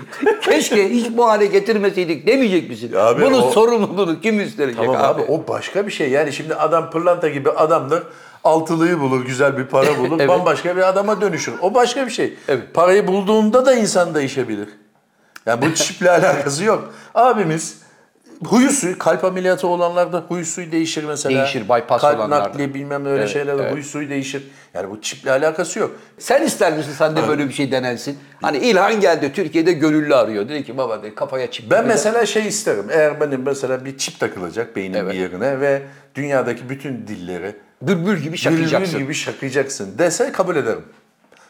keşke hiç bu hale getirmeseydik demeyecek misin?
Ya abi
Bunun
o-
sorumluluğunu kim üstlenecek
Tamam abi.
abi?
o başka bir şey. Yani şimdi adam pırlanta gibi adamdır. Altılıyı bulur, güzel
<laughs>
bir para bulur.
Evet.
Bambaşka bir adama dönüşür. O başka bir şey.
Evet.
Parayı <laughs> bulduğunda da insan değişebilir. Yani bu çiple alakası yok. Abimiz Huyu suyu, kalp ameliyatı olanlarda huyu suyu değişir mesela.
Değişir, bypass
kalp
olanlarda.
nakli bilmem ne öyle
Evet,
şeyler
evet.
huyu suyu değişir. Yani bu çiple alakası yok.
Sen ister misin sen de böyle bir şey denensin? Hani İlhan geldi Türkiye'de gönüllü arıyor. Dedi ki baba dedi, kafaya çip.
Ben mesela şey isterim. Eğer benim mesela bir çip takılacak beynin
Evet.
bir yerine ve dünyadaki bütün dilleri
Bülbül gibi şakayacaksın.
Şakayacaksın. gibi şakayacaksın dese kabul ederim.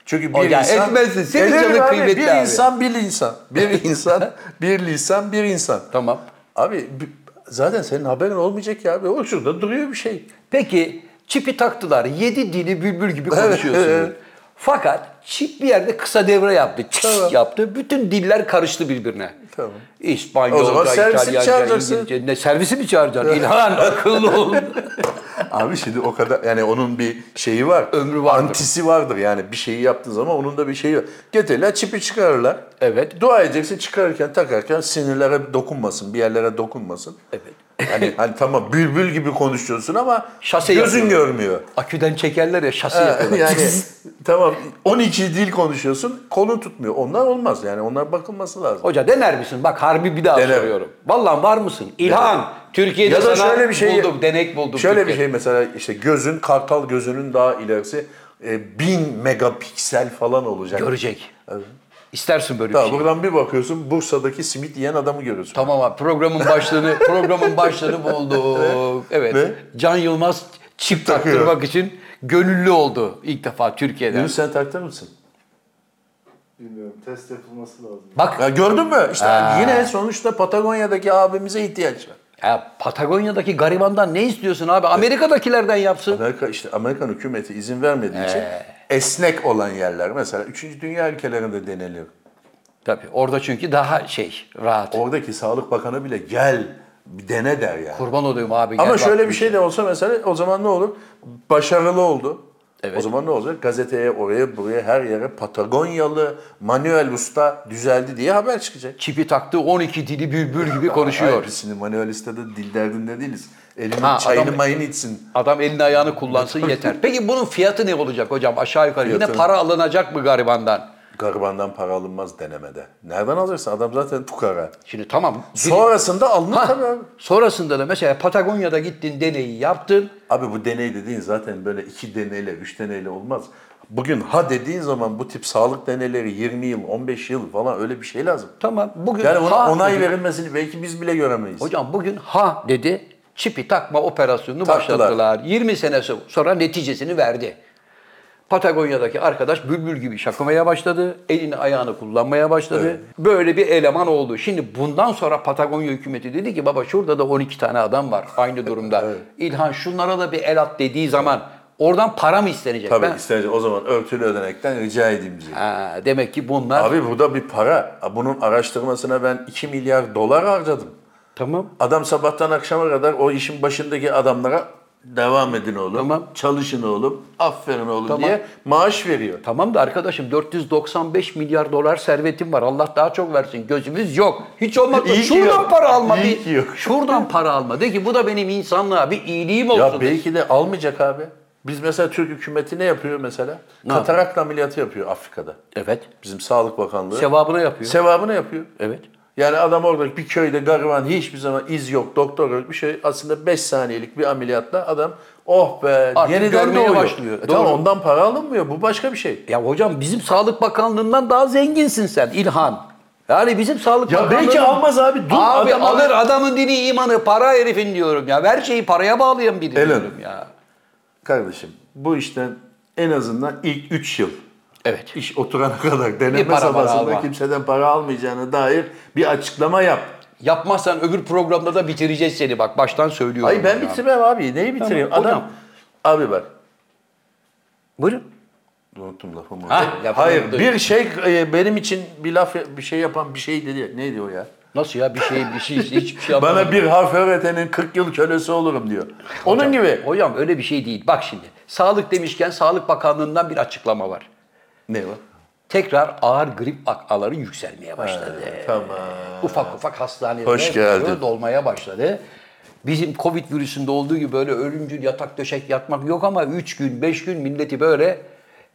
Çünkü bir
O ya
insan...
etmezsin. Senin
Ederim
canın
abi,
kıymetli
Bir
abi.
insan bir insan. Bir insan
<laughs>
bir lisan bir insan.
Tamam.
Abi b- zaten senin haberin olmayacak ya abi. O şurada duruyor bir şey.
Peki çipi taktılar. Yedi dili bülbül gibi konuşuyorsunuz.
evet.
Fakat çip bir yerde kısa devre yaptı. Çıs
Tamam.
yaptı. Bütün diller karıştı birbirine.
Tamam.
İspanyolca,
O zaman servisi
İtalyanca,
çağıracaksın.
İngilizce. Ne servisi mi çağıracaksın? İlhan akıllı ol. <laughs>
Abi şimdi o kadar yani onun bir şeyi var.
Ömrü vardır.
Antisi vardır yani bir şeyi yaptığın zaman onun da bir şeyi var. Getirirler çipi çıkarırlar.
Evet.
Dua edeceksin çıkarırken takarken sinirlere dokunmasın, bir yerlere dokunmasın. Evet.
<laughs>
Hani, hani tamam bülbül gibi konuşuyorsun ama
Şase
gözün
yapıyor. Şey
görmüyor.
Aküden çekerler ya şasi
Ha,
yapıyorlar. <laughs>
yani tamam 12 dil konuşuyorsun kolun tutmuyor. Onlar olmaz yani onlar bakılması lazım.
Hoca dener misin? Bak harbi bir daha
Denerim.
soruyorum. Vallahi var mısın? İlhan, Türkiye'de
Ya da
sana
şöyle bir şey
buldum, denek buldum.
Şöyle
Türkiye.
bir şey mesela işte gözün kartal gözünün daha ilerisi e, 1000 megapiksel falan olacak.
Görecek. İstersin böyle bir
şey- Tamam,
şey.
buradan bir bakıyorsun Bursa'daki simit yiyen adamı görüyorsun.
Tamam abi programın
<laughs>
başlığını programın başlığını bulduk. Evet.
Ne?
Can Yılmaz çip
takıyor.
taktırmak için gönüllü oldu ilk defa Türkiye'de.
Yunus sen taktır mısın?
Bilmiyorum. Test yapılması lazım.
Bak
Ya gördün mü? İşte yine sonuçta Patagonya'daki abimize ihtiyaç var.
ya Patagonya'daki garibandan ne istiyorsun abi? Amerika'dakilerden yapsın.
Amerika işte Amerikan hükümeti izin vermediği için esnek olan yerler mesela 3. dünya ülkelerinde deneniyor.
Tabii orada çünkü daha şey rahat.
Oradaki Sağlık Bakanı bile gel bir dene der yani.
Kurban olayım abi. gel
Ama
bak
şöyle
bu
bir şey de olsa mesela o zaman ne olur? Başarılı oldu.
Evet.
O zaman ne olacak? Gazeteye oraya buraya her yere Patagonyalı Manuel Usta düzeldi diye haber çıkacak.
Çipi taktı 12 dili bülbül gibi konuşuyor.
Hayır, Şimdi Manuel Usta da dil derdinde değiliz. Elinin
Ha,
çayını
adam-
mayını içsin.
Adam elini ayağını kullansın yeter. Peki bunun fiyatı ne olacak hocam aşağı yukarı? Yine
Fiyatı-
para alınacak mı garibandan?
Garibandan para alınmaz denemede. Nereden alacaksın? Adam zaten tukara.
Şimdi tamam. biri-
Sonrasında alınır tabii abi.
Sonrasında da mesela Patagonya'da gittin deneyi yaptın.
Abi bu deney dediğin zaten böyle iki deneyle, üç deneyle olmaz. Bugün ha dediğin zaman bu tip sağlık deneyleri 20 yıl, 15 yıl falan öyle bir şey lazım.
Tamam bugün
Yani ona
ha
onay
dedi.
verilmesini belki biz bile göremeyiz.
Hocam bugün ha dedi. Çipi takma operasyonunu
Taktılar.
başlattılar. 20 sene so- sonra neticesini verdi. Patagonya'daki arkadaş bülbül gibi şakamaya başladı. Elini ayağını kullanmaya başladı. Böyle bir eleman oldu. Şimdi bundan sonra Patagonya hükümeti dedi ki baba şurada da 12 tane adam var aynı
<laughs>
durumda. İlhan şunlara da bir el at dediği zaman oradan para mı istenecek?
Tabii
Ben-
istersen o zaman örtülü ödenekten rica edeyim diye.
Ha, demek ki bunlar
Abi bu da bir para. Bunun araştırmasına ben 2 milyar dolar harcadım.
tamam.
Adam sabahtan akşama kadar o işin başındaki adamlara devam edin oğlum,
Tamam.
çalışın oğlum, aferin oğlum
Tamam.
diye maaş veriyor.
Tamam da arkadaşım 495 milyar dolar servetim var. Allah daha çok versin. Gözümüz yok. Hiç olmazsa
İyi ki
şuradan
yok.
para alma.
İyi
bir,
ki yok.
Şuradan para alma. De ki bu da benim insanlığa bir iyiliğim olsun.
Ya belki de almayacak abi. Biz mesela Türk hükümeti ne yapıyor mesela? Katarak ameliyatı yapıyor Afrika'da.
Evet.
Bizim Sağlık Bakanlığı.
Sevabına yapıyor.
Sevabını yapıyor.
evet.
Yani adam orada bir köyde gariban hiçbir zaman iz yok, doktor yok bir şey. Aslında 5 saniyelik bir ameliyatla adam oh be
Artık
yeniden
görmeye
doğuyor.
başlıyor.
E tamam
Doğru.
ondan para alınmıyor. Bu başka bir şey.
Ya hocam bizim Sağlık Bakanlığından daha zenginsin sen İlhan. Yani bizim Sağlık
Ya
Bakanlığı...
belki almaz abi. Dur
Abi
adam
alır adamın dini imanı para herifin diyorum ya. Her şeyi paraya bağlayan biri
Elon.
diyorum ya.
Kardeşim bu işten en azından ilk 3 yıl
Evet.
iş oturana kadar
Bir
deneme
para var
safhasında
alma.
kimseden para almayacağına dair bir açıklama yap.
Yapmazsan öbür programda da bitireceğiz seni bak baştan söylüyorum.
Ay ben
ya.
bitirmem abi. Neyi bitireyim?
Tamam,
adam
hocam.
abi bak
Buyurun.
Unuttum lafımı.
Hah, lafını
Hayır,
unuttun.
bir şey e, benim için bir laf bir şey yapan bir şey dedi. Neydi o ya?
Nasıl ya bir şey bir şey hiçbir şey yapmadım.
Bana bir harf öğretenin 40 yıl kölesi olurum diyor. Onun gibi.
Hocam öyle bir şey değil. Bak şimdi sağlık demişken Sağlık Bakanlığı'ndan bir açıklama var.
Ne var?
Tekrar ağır grip vakaları yükselmeye başladı.
Tamam.
Ufak ufak hastanelere
Hoş geldin.
doğru dolmaya başladı. Bizim Covid virüsünde olduğu gibi böyle ölümcül yatak döşek yatmak yok ama 3 gün 5 gün milleti böyle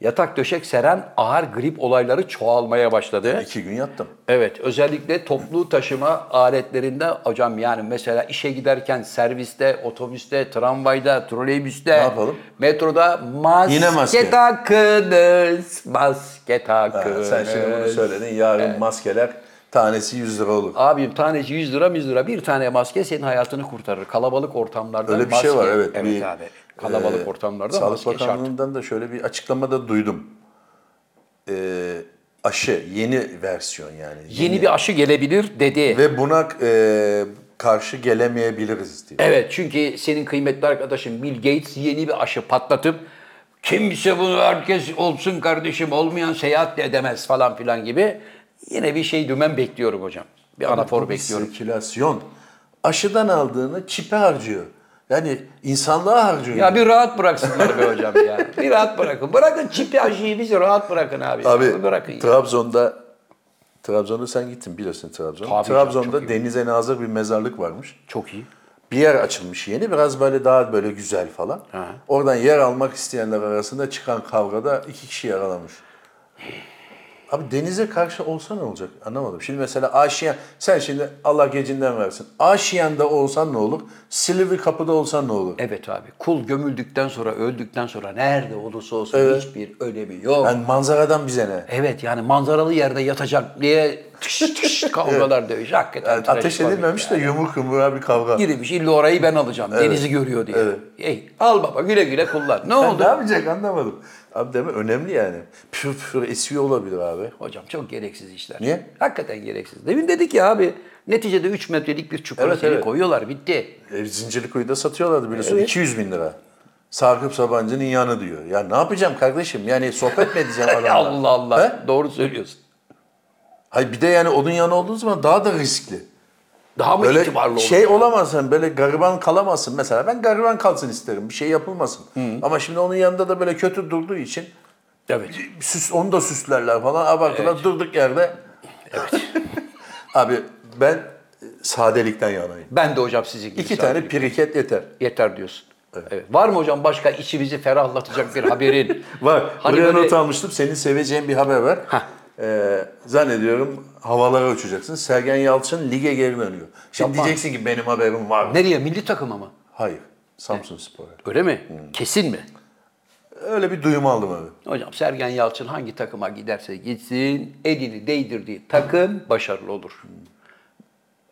yatak döşek seren ağır grip olayları çoğalmaya başladı.
İki gün yattım.
Evet, özellikle toplu taşıma aletlerinde hocam yani mesela işe giderken serviste, otobüste, tramvayda, troleybüste,
yapalım?
metroda maske,
Yine maske.
takınız, maske
Ha,
takınız.
sen şimdi bunu söyledin. Yarın maskeler tanesi 100 lira olur.
Abim taneci 100 lira 100 lira bir tane maske senin hayatını kurtarır. Kalabalık ortamlarda
Öyle bir
maske.
şey var evet. bir,
abi. Kalabalık
e,
ortamlarda
Sağlık
maske şart.
Bakanlığı'ndan da şöyle bir açıklama da duydum. E, aşı yeni versiyon yani.
Yeni bir aşı gelebilir dedi.
Ve buna e, karşı gelemeyebiliriz diye.
Evet çünkü senin kıymetli arkadaşın Bill Gates yeni bir aşı patlatıp kimse bunu herkes olsun kardeşim olmayan seyahat de edemez falan filan gibi yine bir şey dümen bekliyorum hocam. Bir anafor
Bu bir
bekliyorum.
Sirkülasyon. Aşıdan aldığını çipe harcıyor. Yani insanlığa harcıyor.
Ya bir rahat bıraksınlar be hocam ya. Bir rahat bırakın. Bırakın çipi aşıyı bizi rahat bırakın abi.
Abi
bırakın ya.
Trabzon'da Trabzon'da sen gittin biliyorsun
Tabii
Trabzon'u.
canım,
Trabzon'da
çok iyi.
denize nazır bir mezarlık varmış.
Çok iyi.
Bir yer açılmış yeni biraz böyle daha böyle güzel falan. Oradan yer almak isteyenler arasında çıkan kavgada iki kişi yaralanmış. Abi denize karşı olsa ne olacak? Anlamadım. Şimdi mesela aşiyan, sen şimdi Allah gecinden versin. Aşiyan'da olsan ne olur? Silivri kapıda olsan ne olur?
Evet abi. Kul gömüldükten sonra, öldükten sonra nerede olursa olsun hiçbir önemi yok.
Yani manzaradan bize ne?
Evet yani manzaralı yerde yatacak diye tış
<laughs>
tış kavgalar dövüş. Hakikaten
Yani ateş
trajik var
edilmemiş
ya.
de yumruk yumruğa bir kavga.
Girmiş illa orayı ben alacağım. Denizi görüyor diye. Ey, al baba güle güle kullan. Ne
Ben ne
oldu?
yapacak anlamadım. Abi deme önemli yani. Pür pür esiyor olabilir abi.
Hocam çok gereksiz işler.
Niye?
Hakikaten gereksiz. Demin dedik ya abi neticede 3 metrelik bir çukura
Evet,
seni
evet.
koyuyorlar bitti.
E, Zincirlikuyu'da satıyorlardı biliyorsun 200 bin lira. Sarkıp Sabancı'nın yanı diyor. Ya ne yapacağım kardeşim? Yani sohbet
<laughs>
mi edeceğim adamla?
Allah Allah.
He?
Doğru söylüyorsun.
Hayır bir de yani onun yanı olduğu zaman daha da riskli.
Daha mı
Böyle
itibarlı olur?
şey olamazsın, böyle gariban kalamazsın. Mesela ben gariban kalsın isterim, bir şey yapılmasın. Ama şimdi onun yanında da böyle kötü durduğu için
Evet.
süs, onu da süslerler falan. Abartılar durduk yerde. Evet. <laughs> Abi ben e, sadelikten yanayım.
Ben de hocam sizin gibi.
İki
sadece.
tane piriket yeter.
Yeter diyorsun. Evet. Var mı hocam başka içimizi ferahlatacak bir
<laughs>
haberin?
Var.
Hani
buraya
böyle-
not almıştım. Senin seveceğin bir haber var. Ee, zannediyorum havalara uçacaksın. Sergen Yalçın lige geri dönüyor. Şimdi
Yapma.
diyeceksin ki benim haberim var. mı?
Nereye? Milli takıma mı?
Hayır. Samsun Spor'a.
Öyle mi?
Hmm.
Kesin mi?
Öyle bir duyum aldım abi.
Hocam Sergen Yalçın hangi takıma giderse gitsin elini değdirdiği takım başarılı olur.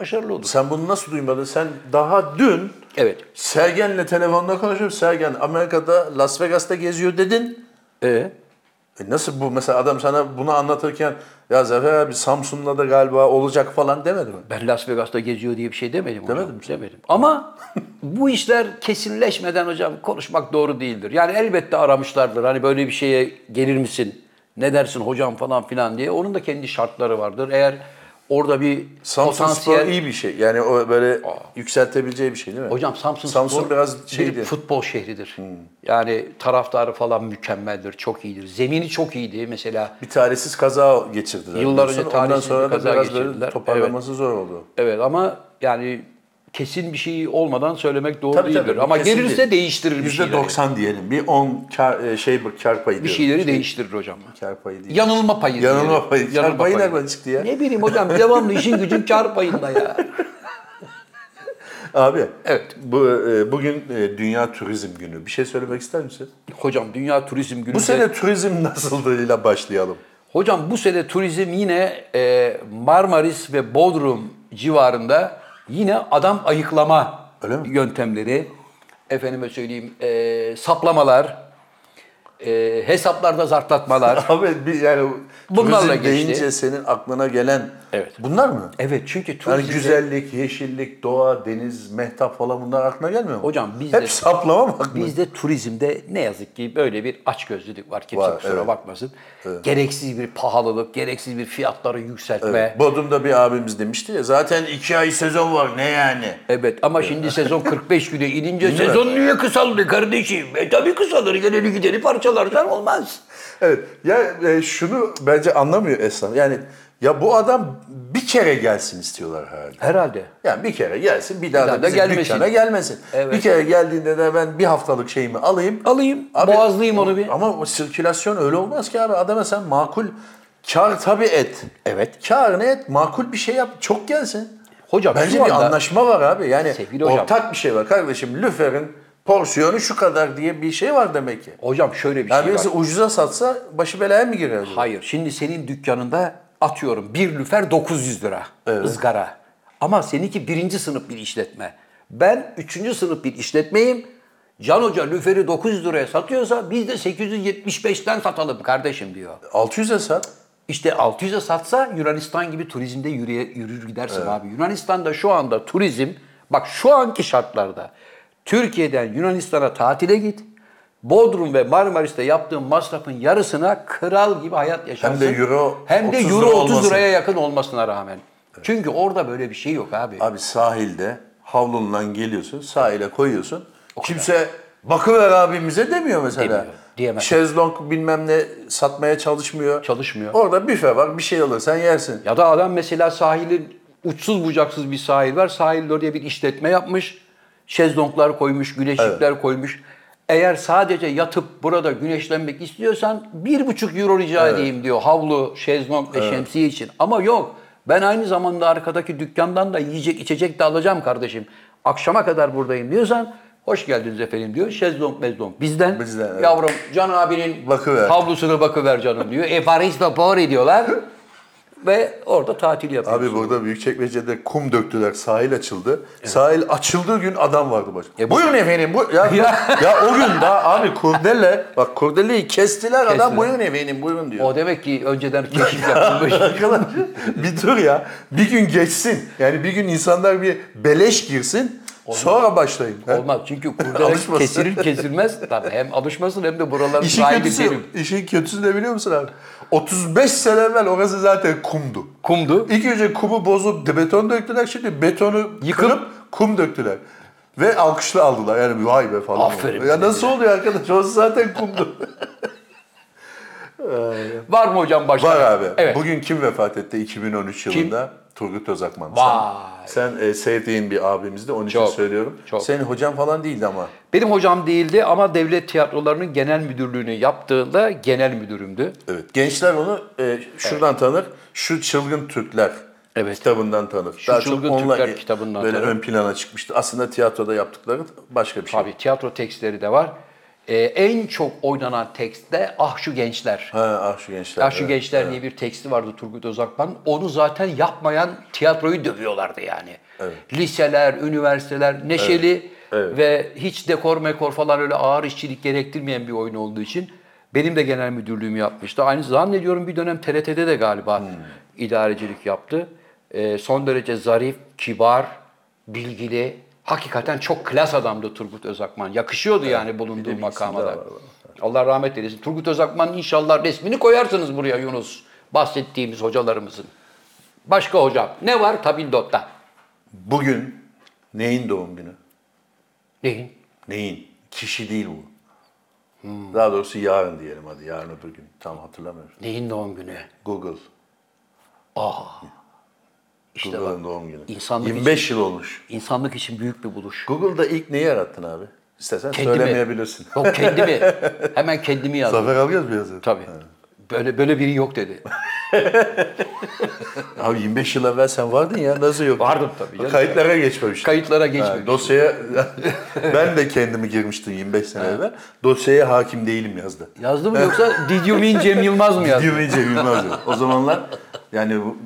Başarılı olur.
Sen bunu nasıl duymadın? Sen daha dün
Evet.
Sergen'le telefonda konuşup Sergen Amerika'da Las Vegas'ta geziyor dedin.
Ee,
E nasıl bu? Mesela adam sana bunu anlatırken ya Zafer abi Samsun'la da galiba olacak falan demedi mi?
ben Las Vegas'ta geziyor diye bir şey demedim hocam.
Demedin mi
Demedim. Ama <laughs> bu işler kesinleşmeden hocam konuşmak doğru değildir. Yani elbette aramışlardır. Hani böyle bir şeye gelir misin? Ne dersin hocam falan filan diye. Onun da kendi şartları vardır. Eğer orada bir
Samsun
potansiyel...
Spor iyi bir şey. Yani o böyle yükseltebileceği bir şey değil mi?
Hocam Samsun,
Samsun
Spor
biraz Hmm.
bir
şeydi.
futbol şehridir. Yani taraftarı falan mükemmeldir, çok iyidir. Zemini çok iyiydi mesela.
Bir talihsiz kaza geçirdiler.
Yıllar
biliyorsun.
önce
Ondan
talihsiz
sonra
bir
da
kaza
biraz böyle
geçirdiler.
toparlaması zor oldu.
Evet ama yani kesin bir şey olmadan söylemek doğru
Tabii, tabii.
değildir. ama
Kesin
gelirse
değil.
değiştirir bir şeyleri.
%90 diyelim. Bir 10 kar, e, şey bu, kar payı
Bir
diyorum.
şeyleri değiştirir hocam.
Kar payı değil.
Yanılma payı.
Yanılma
diyelim.
payı. Kar payı nereden çıktı ya?
Ne bileyim hocam devamlı işin gücün kar payında ya.
Abi
Evet.
bu e, bugün e, Dünya Turizm Günü. Bir şey söylemek ister misin?
Hocam Dünya Turizm Günü.
Bu sene turizm nasıldığıyla başlayalım.
Hocam bu sene turizm yine e, Marmaris ve Bodrum civarında yine adam ayıklama
Öyle mi?
yöntemleri, efendime söyleyeyim e, saplamalar, e, hesaplarda
<laughs>
zartlatmalar.
Abi bir yani
Bunlarla
turizm
geçti.
deyince senin aklına gelen
Evet.
bunlar mı?
evet çünkü
Yani
turizm
güzellik, yeşillik, doğa, deniz, mehtap falan bunlar aklına gelmiyor mu?
Hocam biz
Hep
de-
saplama mı aklına?
bizde turizmde ne yazık ki böyle bir açgözlülük var. Kimse
Var,
kusura
evet.
bakmasın. Gereksiz bir pahalılık, gereksiz bir fiyatları yükseltme. Evet.
Bodrum'da bir abimiz demişti ya zaten iki ay sezon var ne yani?
ama şimdi sezon 45 güne inince
mi?
sezon niye kısaldı kardeşim? E tabii kısalır. Geleni gideni parçalarsan olmaz.
Evet ya e, şunu bence anlamıyor esnaf. Yani Ya bu adam bir kere gelsin istiyorlar herhalde.
Herhalde.
Yani bir kere gelsin bir daha,
daha
da,
da
bizim
gelmesin.
dükkana gelmesin.
Evet.
Bir kere geldiğinde de ben bir haftalık şeyimi alayım.
Alayım,
Abi,
boğazlayayım onu bir.
Ama o sirkülasyon öyle olmaz ki abi. Adama sen makul kar tabii et.
Evet.
Kar ne et? Makul bir şey yap. Çok gelsin.
Hocam
Bence
şu
bir
anda-
anlaşma var abi. Yani
Sevgili hocam.
ortak bir şey var. Kardeşim lüferin porsiyonu şu kadar diye bir şey var demek ki.
Hocam şöyle bir
Yani
şey var.
birisi ucuza satsa başı belaya mı girer? acaba?
Hayır. Şimdi senin dükkanında atıyorum bir lüfer 900 lira ızgara. Ama seninki birinci sınıf bir işletme. Ben üçüncü sınıf bir işletmeyim. Can Hoca lüferi 900 liraya satıyorsa biz de 875'ten satalım kardeşim diyor.
600'e sat.
İşte 600'e satsa Yunanistan gibi turizmde yürüye, yürür gidersin abi. Yunanistan'da şu anda turizm, bak şu anki şartlarda Türkiye'den Yunanistan'a tatile git. Bodrum ve Marmaris'te yaptığın masrafın yarısına kral gibi hayat yaşarsın.
de euro
Hem de
30
euro
lira
30
olmasın.
liraya yakın olmasına rağmen. Çünkü orada böyle bir şey yok abi.
Abi sahilde havlundan geliyorsun, sahile koyuyorsun. Kimse bakıver abimize demiyor mesela.
Demiyor, diyemez.
Şezlong bilmem ne satmaya çalışmıyor.
Çalışmıyor.
Orada büfe var, bir şey alırsan yersin.
Ya da adam mesela sahilin uçsuz bucaksız bir sahil var. Sahilde oraya bir işletme yapmış. Şezlonglar koymuş, güneşlikler koymuş. Eğer sadece yatıp burada güneşlenmek istiyorsan bir buçuk euro rica edeyim diyor. Havlu, şezlong ve şemsiye için. Ama yok. Ben aynı zamanda arkadaki dükkandan da yiyecek içecek de alacağım kardeşim. Akşama kadar buradayım diyorsan hoş geldiniz efendim diyor. Şezlong mezlong bizden.
Bizden, evet.
Yavrum Can abinin
Bakıver.
havlusunu bakıver canım diyor. E Paris Vapori
<laughs>
diyorlar ve orada tatil yapıyorsun.
Abi burada Büyükçekmece'de kum döktüler, sahil açıldı. Sahil açıldığı gün adam vardı baş.
E bu-
buyurun efendim, bu ya,
<laughs> Ya.
ya o gün daha abi kurdele, bak kurdeleyi kestiler,
Kestiler.
adam buyurun efendim, buyurun diyor.
o demek ki önceden keşif
<laughs>
yapılmış. <laughs>
Arkadaş bir dur ya. Bir gün geçsin. Yani bir gün insanlar bir beleş girsin. Sonra başlayın. Ha?
Olmaz çünkü kurdele
Alışmasın.
kesilir kesilmez. Tabii hem alışmasın hem de buraların
İşin
sahibi
kötüsü,
benim.
işin kötüsü ne biliyor musun abi? 35 sene evvel orası zaten kumdu.
Kumdu.
İlk önce kumu bozup de beton döktüler. Şimdi betonu
Yıkıp-
kırıp kum döktüler. Ve alkışla aldılar. Yani vay be falan.
Aferin
Ya nasıl oluyor arkadaş? Orası zaten
<laughs>
kumdu.
Var mı hocam başka?
Var abi.
Evet.
Bugün kim vefat etti 2013 yılında? Turgut Özakman.
Vay.
Sen, sen e, sevdiğin bir abimizdi onun için
Çok,
söylüyorum.
çok.
Senin hocan falan değildi ama.
Benim hocam değildi ama devlet tiyatrolarının genel müdürlüğünü yaptığında genel müdürümdü.
Evet. Gençler onu e, şuradan tanır. Şu çılgın Türkler
Evet.
kitabından tanır.
Şu Çılgın Türkler kitabından
e, böyle
tanır.
ön plana çıkmıştı. Aslında tiyatroda yaptıkları başka bir şey.
Tabii tiyatro tekstleri de var. Ee, en çok oynanan tekst de Ah Şu Gençler.
Ha, ah şu gençler.
Ah Şu
evet.
Gençler diye bir teksti vardı Turgut Özakman. Onu zaten yapmayan tiyatroyu dövüyorlardı yani. Liseler, üniversiteler neşeli ve hiç dekor mekor falan öyle ağır işçilik gerektirmeyen bir oyun olduğu için benim de genel müdürlüğümü yapmıştı. Aynı zannediyorum bir dönem TRT'de de galiba
Hmm.
idarecilik yaptı. Ee, son derece zarif, kibar, bilgili, hakikaten çok klas adamdı Turgut Özakman. Yakışıyordu yani bulunduğu makama da. Allah rahmet eylesin. Turgut Özakman inşallah resmini koyarsınız buraya Yunus. Bahsettiğimiz hocalarımızın. Başka hocam. Ne var Tabildot'ta?
Bugün neyin doğum günü?
Neyin?
Neyin? Kişi değil bu.
Hmm.
Daha doğrusu yarın diyelim hadi. Yarın öbür gün. Tam hatırlamıyorum.
Neyin doğum günü?
Google.
İşte bak
Google'ın doğum günü.
İnsanlık
25 yıl olmuş.
insanlık için büyük bir buluş.
Google'da ilk neyi yarattın abi? İstersen
Kendimi.
söylemeyebilirsin.
Yok kendimi. Hemen kendimi yazdım.
Zafer alıyoruz mu yazıyor?
Tabii. Böyle böyle biri yok dedi.
Abi 25 yıl evvel sen vardın ya nasıl yok?
Vardım tabii canım.
Kayıtlara geçmemiş.
Kayıtlara
Ha,
geçmemiş.
dosyaya <laughs> ben de kendimi girmiştim 25 sene evvel. Dosyaya hakim değilim yazdı.
Yazdı mı <laughs> yoksa Did you mean Cem Yılmaz mı yazdı?
Didyumince Yılmaz yazdı. O zamanlar yani bu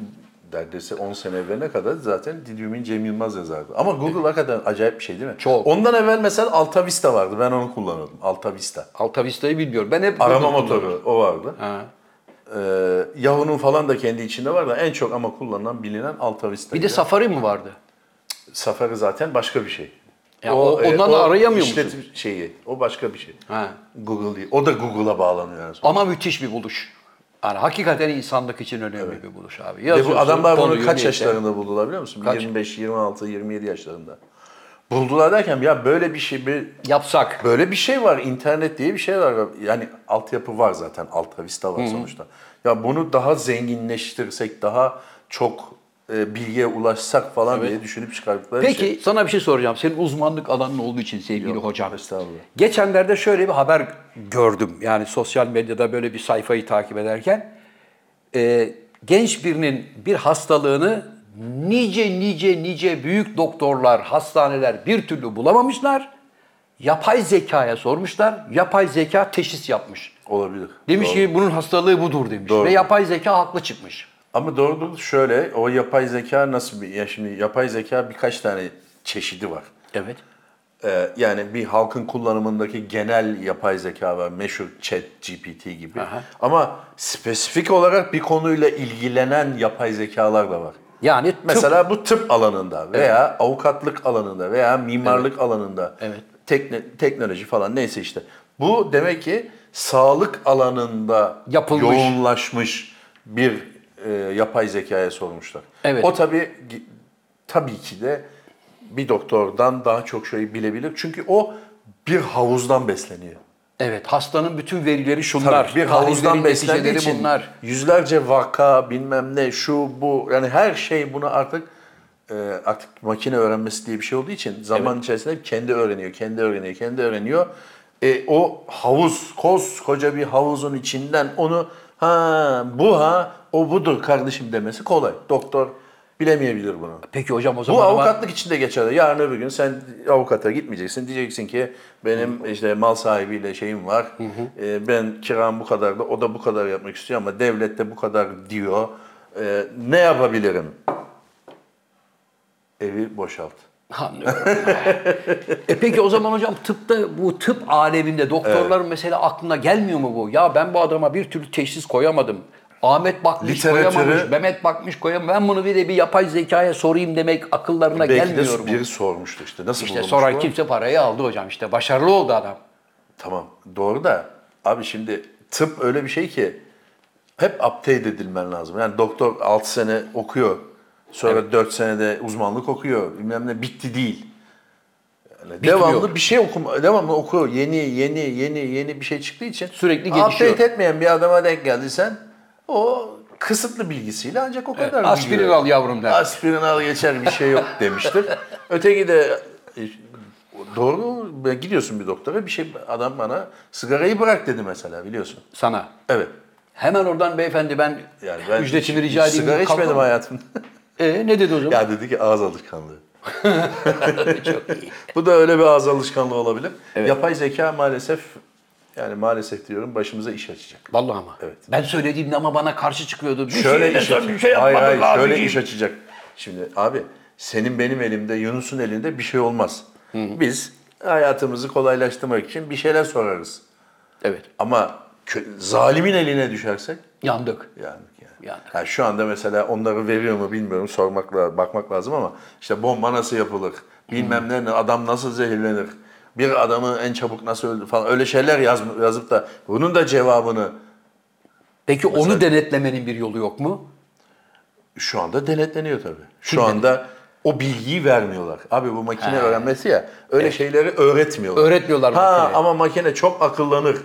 neredeyse 10 sene evveline kadar zaten Didyumin Cem Yılmaz yazardı. Ama Google hakikaten acayip bir şey değil mi?
Çok.
Ondan evvel mesela Alta Vista vardı. Ben onu kullanıyordum. Alta Vista.
Altavista'yı bilmiyorum. Ben hep
Arama
Google'da
motoru o vardı.
Ha.
Ee, Yahoo'nun falan da kendi içinde var da en çok ama kullanılan bilinen Alta Vista.
Bir de Safari mi vardı?
Safari zaten başka bir şey.
Ya o- ondan da arayamıyor musun?
işletim şeyi. O başka bir şey.
Ha.
Google değil. O da Google'a bağlanıyor en son.
Ama müthiş bir buluş. Yani hakikaten insanlık için önemli bir buluş abi.
Ve bu
Yazıyorsun,
adamlar bunu
konuyu
kaç
neyse.
yaşlarında buldular biliyor musun?
Kaç?
25, 26, 27 yaşlarında. Buldular derken ya böyle bir şey bir
Yapsak.
böyle bir şey var internet diye bir şey var. Yani altyapı var zaten. Alta Vista var sonuçta. Ya bunu daha zenginleştirsek, daha çok e, bilgiye ulaşsak falan diye düşünüp çıkardıkları bir
Peki
şey.
sana bir şey soracağım. Senin uzmanlık alanın olduğu için sevgili hocam.
estağfurullah.
Geçenlerde şöyle bir haber gördüm. Yani sosyal medyada böyle bir sayfayı takip ederken. e, genç birinin bir hastalığını nice nice nice büyük doktorlar, hastaneler bir türlü bulamamışlar. Yapay zekaya sormuşlar. Yapay zeka teşhis yapmış.
Olabilir.
Demiş
Doğru.
ki bunun hastalığı budur demiş.
Doğru.
Ve yapay zeka haklı çıkmış.
Ama doğrudur şöyle, o yapay zeka nasıl bir, ya şimdi yapay zeka birkaç tane çeşidi var.
Evet.
Ee, yani bir halkın kullanımındaki genel yapay zeka var, meşhur chat GPT gibi. Ama spesifik olarak bir konuyla ilgilenen yapay zekalar da var.
Yani mesela
Mesela bu tıp alanında veya avukatlık alanında veya mimarlık alanında
Evet.
tekne- teknoloji falan neyse işte. Bu demek ki sağlık alanında
Yapılmış.
yoğunlaşmış bir e, yapay zekaya sormuşlar.
Evet.
O tabii tabii ki de bir doktordan daha çok şey bilebilir. Çünkü o bir havuzdan besleniyor.
evet hastanın bütün verileri şunlar.
Tabii bir
Tahlillerin
havuzdan beslendiği
neticeleri
için
bunlar.
yüzlerce vaka bilmem ne şu bu yani her şey bunu artık e, artık makine öğrenmesi diye bir şey olduğu için zaman içerisinde hep kendi öğreniyor, kendi öğreniyor, kendi öğreniyor. E, o havuz, koskoca bir havuzun içinden onu ha bu ha o budur kardeşim demesi kolay. Doktor bilemeyebilir bunu.
Peki hocam o zaman
Bu
ama-
avukatlık için de geçerli. Yarın öbür gün sen avukata gitmeyeceksin. Diyeceksin ki benim işte mal sahibiyle şeyim var. Ee, ben kiram bu kadar da o da bu kadar yapmak istiyor ama devlet de bu kadar diyor. Ee, ne yapabilirim? Evi boşalt.
Anlıyorum. e peki o zaman hocam tıpta bu tıp aleminde doktorların mesela aklına gelmiyor mu bu? Ya ben bu adama bir türlü teşhis koyamadım. Ahmet bakmış
Literatürü-
koyamamış, Mehmet bakmış koyamamış. Ben bunu bir de bir yapay zekaya sorayım demek akıllarına
Belki
gelmiyor
de
mu?
biri sormuştu işte. Nasıl
İşte
bulunmuş
soran
bu?
kimse parayı aldı hocam işte başarılı oldu adam.
Tamam doğru da abi şimdi tıp öyle bir şey ki hep update edilmen lazım. Yani doktor 6 sene okuyor. Sonra 4 senede uzmanlık okuyor. Bilmem ne bitti değil. Yani
Bitmiyor.
devamlı bir şey okuma, devamlı okuyor. Yeni, yeni, yeni, yeni bir şey çıktığı için
Sürekli
update
gelişiyor.
etmeyen bir adama denk geldiysen o kısıtlı bilgisiyle ancak o kadar bilgi
Aspirin
verir.
al yavrum der.
Aspirin al geçer bir şey yok demiştir. Öteki de e, doğru ben gidiyorsun bir doktora bir şey adam bana sigarayı bırak dedi mesela biliyorsun.
Sana.
Evet.
Hemen oradan beyefendi ben,
Yani ben
ücretimi
hiç-
rica
hiç
edeyim.
Sigara içmedim
Kalkamam. <laughs>
hayatımda.
E, ne dedi o zaman?
ya dedi ki
<laughs>
ağız alışkanlığı. Bu da öyle bir ağız alışkanlığı olabilir. Yapay zeka maalesef yani maalesef diyorum başımıza iş açacak.
Vallahi ama.
Evet.
Ben söylediğimde ama bana karşı çıkıyordu. Bir şey
şöyle iş
desem
açacak.
bir şey
hayır
yapmadım
hayır
abi.
şöyle iş açacak. Şimdi abi senin benim elimde Yunus'un elinde bir şey olmaz. Biz hayatımızı kolaylaştırmak için bir şeyler sorarız.
Evet.
Ama kö- zalimin eline düşersek
Yandık.
yani. yani.
Yandık.
Ha, şu anda mesela onları veriyor mu bilmiyorum sormakla bakmak lazım ama işte bomba nasıl yapılır? Bilmem ne ne adam nasıl zehirlenir? Bir adamı en çabuk nasıl öldür falan öyle şeyler yaz, yazıp da bunun da cevabını
Peki onu denetlemenin bir yolu yok mu?
Şu anda denetleniyor tabii. Şu
Kim
anda o bilgiyi vermiyorlar. Abi bu makine öğrenmesi ya. Öyle şeyleri öğretmiyorlar.
E, Öğretmiyorlar
Ha
makineye.
ama makine çok akıllanır.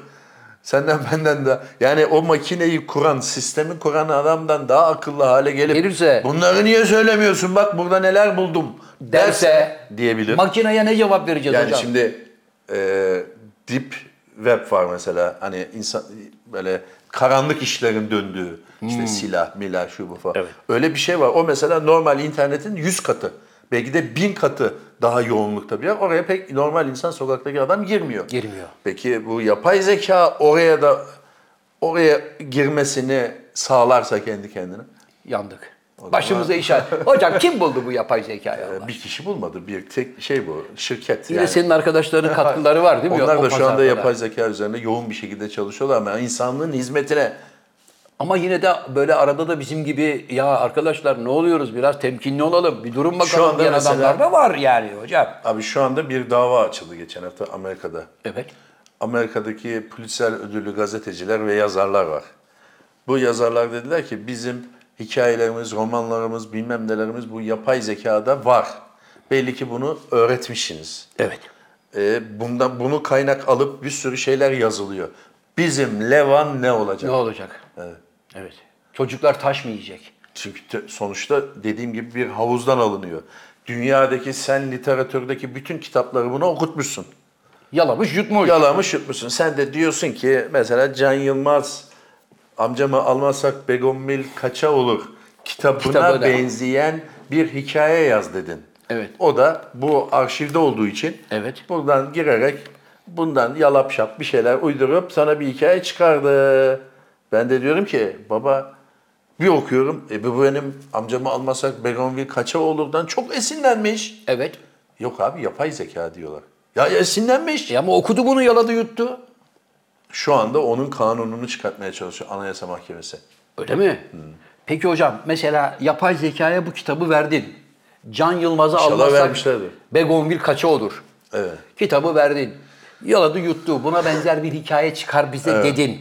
Senden benden de yani o makineyi kuran, sistemi kuran adamdan daha akıllı hale gelip
Gelirse-
bunları niye söylemiyorsun? Bak burada neler buldum
Derse-
diyebilir.
Makineye ne cevap vereceğiz
Yani
hocam?
şimdi e, deep web var mesela hani insan böyle karanlık işlerin döndüğü
Hmm.
işte silah, milah, şu bu falan. Öyle bir şey var. O mesela normal internetin 100 katı. Belki de 1000 katı daha yoğunlukta bir yer. Oraya pek normal insan sokaktaki adam girmiyor.
Girmiyor.
Peki bu yapay zeka oraya da oraya girmesini sağlarsa kendi kendine. e,
Yandık. Başımıza işaret. Hocam kim buldu bu yapay zekayı? Allah?
Bir kişi bulmadı. Bir tek şey bu. Şirket.
Yine senin arkadaşlarının katkıları var değil mi?
Onlar
O
da şu anda
pazarda
yapay zeka üzerine yoğun bir şekilde çalışıyorlar ama insanlığın hizmetine
Ama yine de böyle arada da bizim gibi ya arkadaşlar ne oluyoruz biraz temkinli olalım. Bir durun bakalım
anda
diyen
mesela-
adamlar da var yani hocam.
abi şu anda bir dava açıldı geçen hafta Amerika'da.
Evet.
Amerika'daki Pulitzer ödüllü gazeteciler ve yazarlar var. Bu yazarlar dediler ki bizim hikayelerimiz, romanlarımız, bilmem nelerimiz bu yapay zekada var. Belli ki bunu öğretmişsiniz.
Evet.
Ee, bundan bunu kaynak alıp bir sürü şeyler yazılıyor. Bizim Levan ne olacak?
Ne olacak? Evet. Evet. Çocuklar taş mı yiyecek?
Çünkü te- sonuçta dediğim gibi bir havuzdan alınıyor. Dünyadaki sen literatürdeki bütün kitapları buna okutmuşsun.
Yalamış yutmuş.
Yalamış yutmuşsun. Sen de diyorsun ki mesela Can Yılmaz amcamı almasak Begonmil kaça olur kitabına
Kitabı da.
benzeyen bir hikaye yaz dedin.
Evet.
O da bu arşivde olduğu için
Evet.
buradan girerek bundan yalap şap bir şeyler uydurup sana bir hikaye çıkardı. Ben de diyorum ki baba bir okuyorum. E bu benim amcamı almasak Begonvil kaça olurdan çok esinlenmiş.
Evet.
Yok abi yapay zeka diyorlar. Ya esinlenmiş.
E ama okudu bunu yaladı yuttu.
Şu anda onun kanununu çıkartmaya çalışıyor Anayasa Mahkemesi.
Öyle mi? Peki hocam mesela yapay zekaya bu kitabı verdin. Can Yılmaz'a
İnşallah
almazsak
vermişlerdir.
Begonvil kaça olur?
Evet.
Kitabı verdin. Yaladı yuttu. Buna benzer bir hikaye çıkar bize dedin.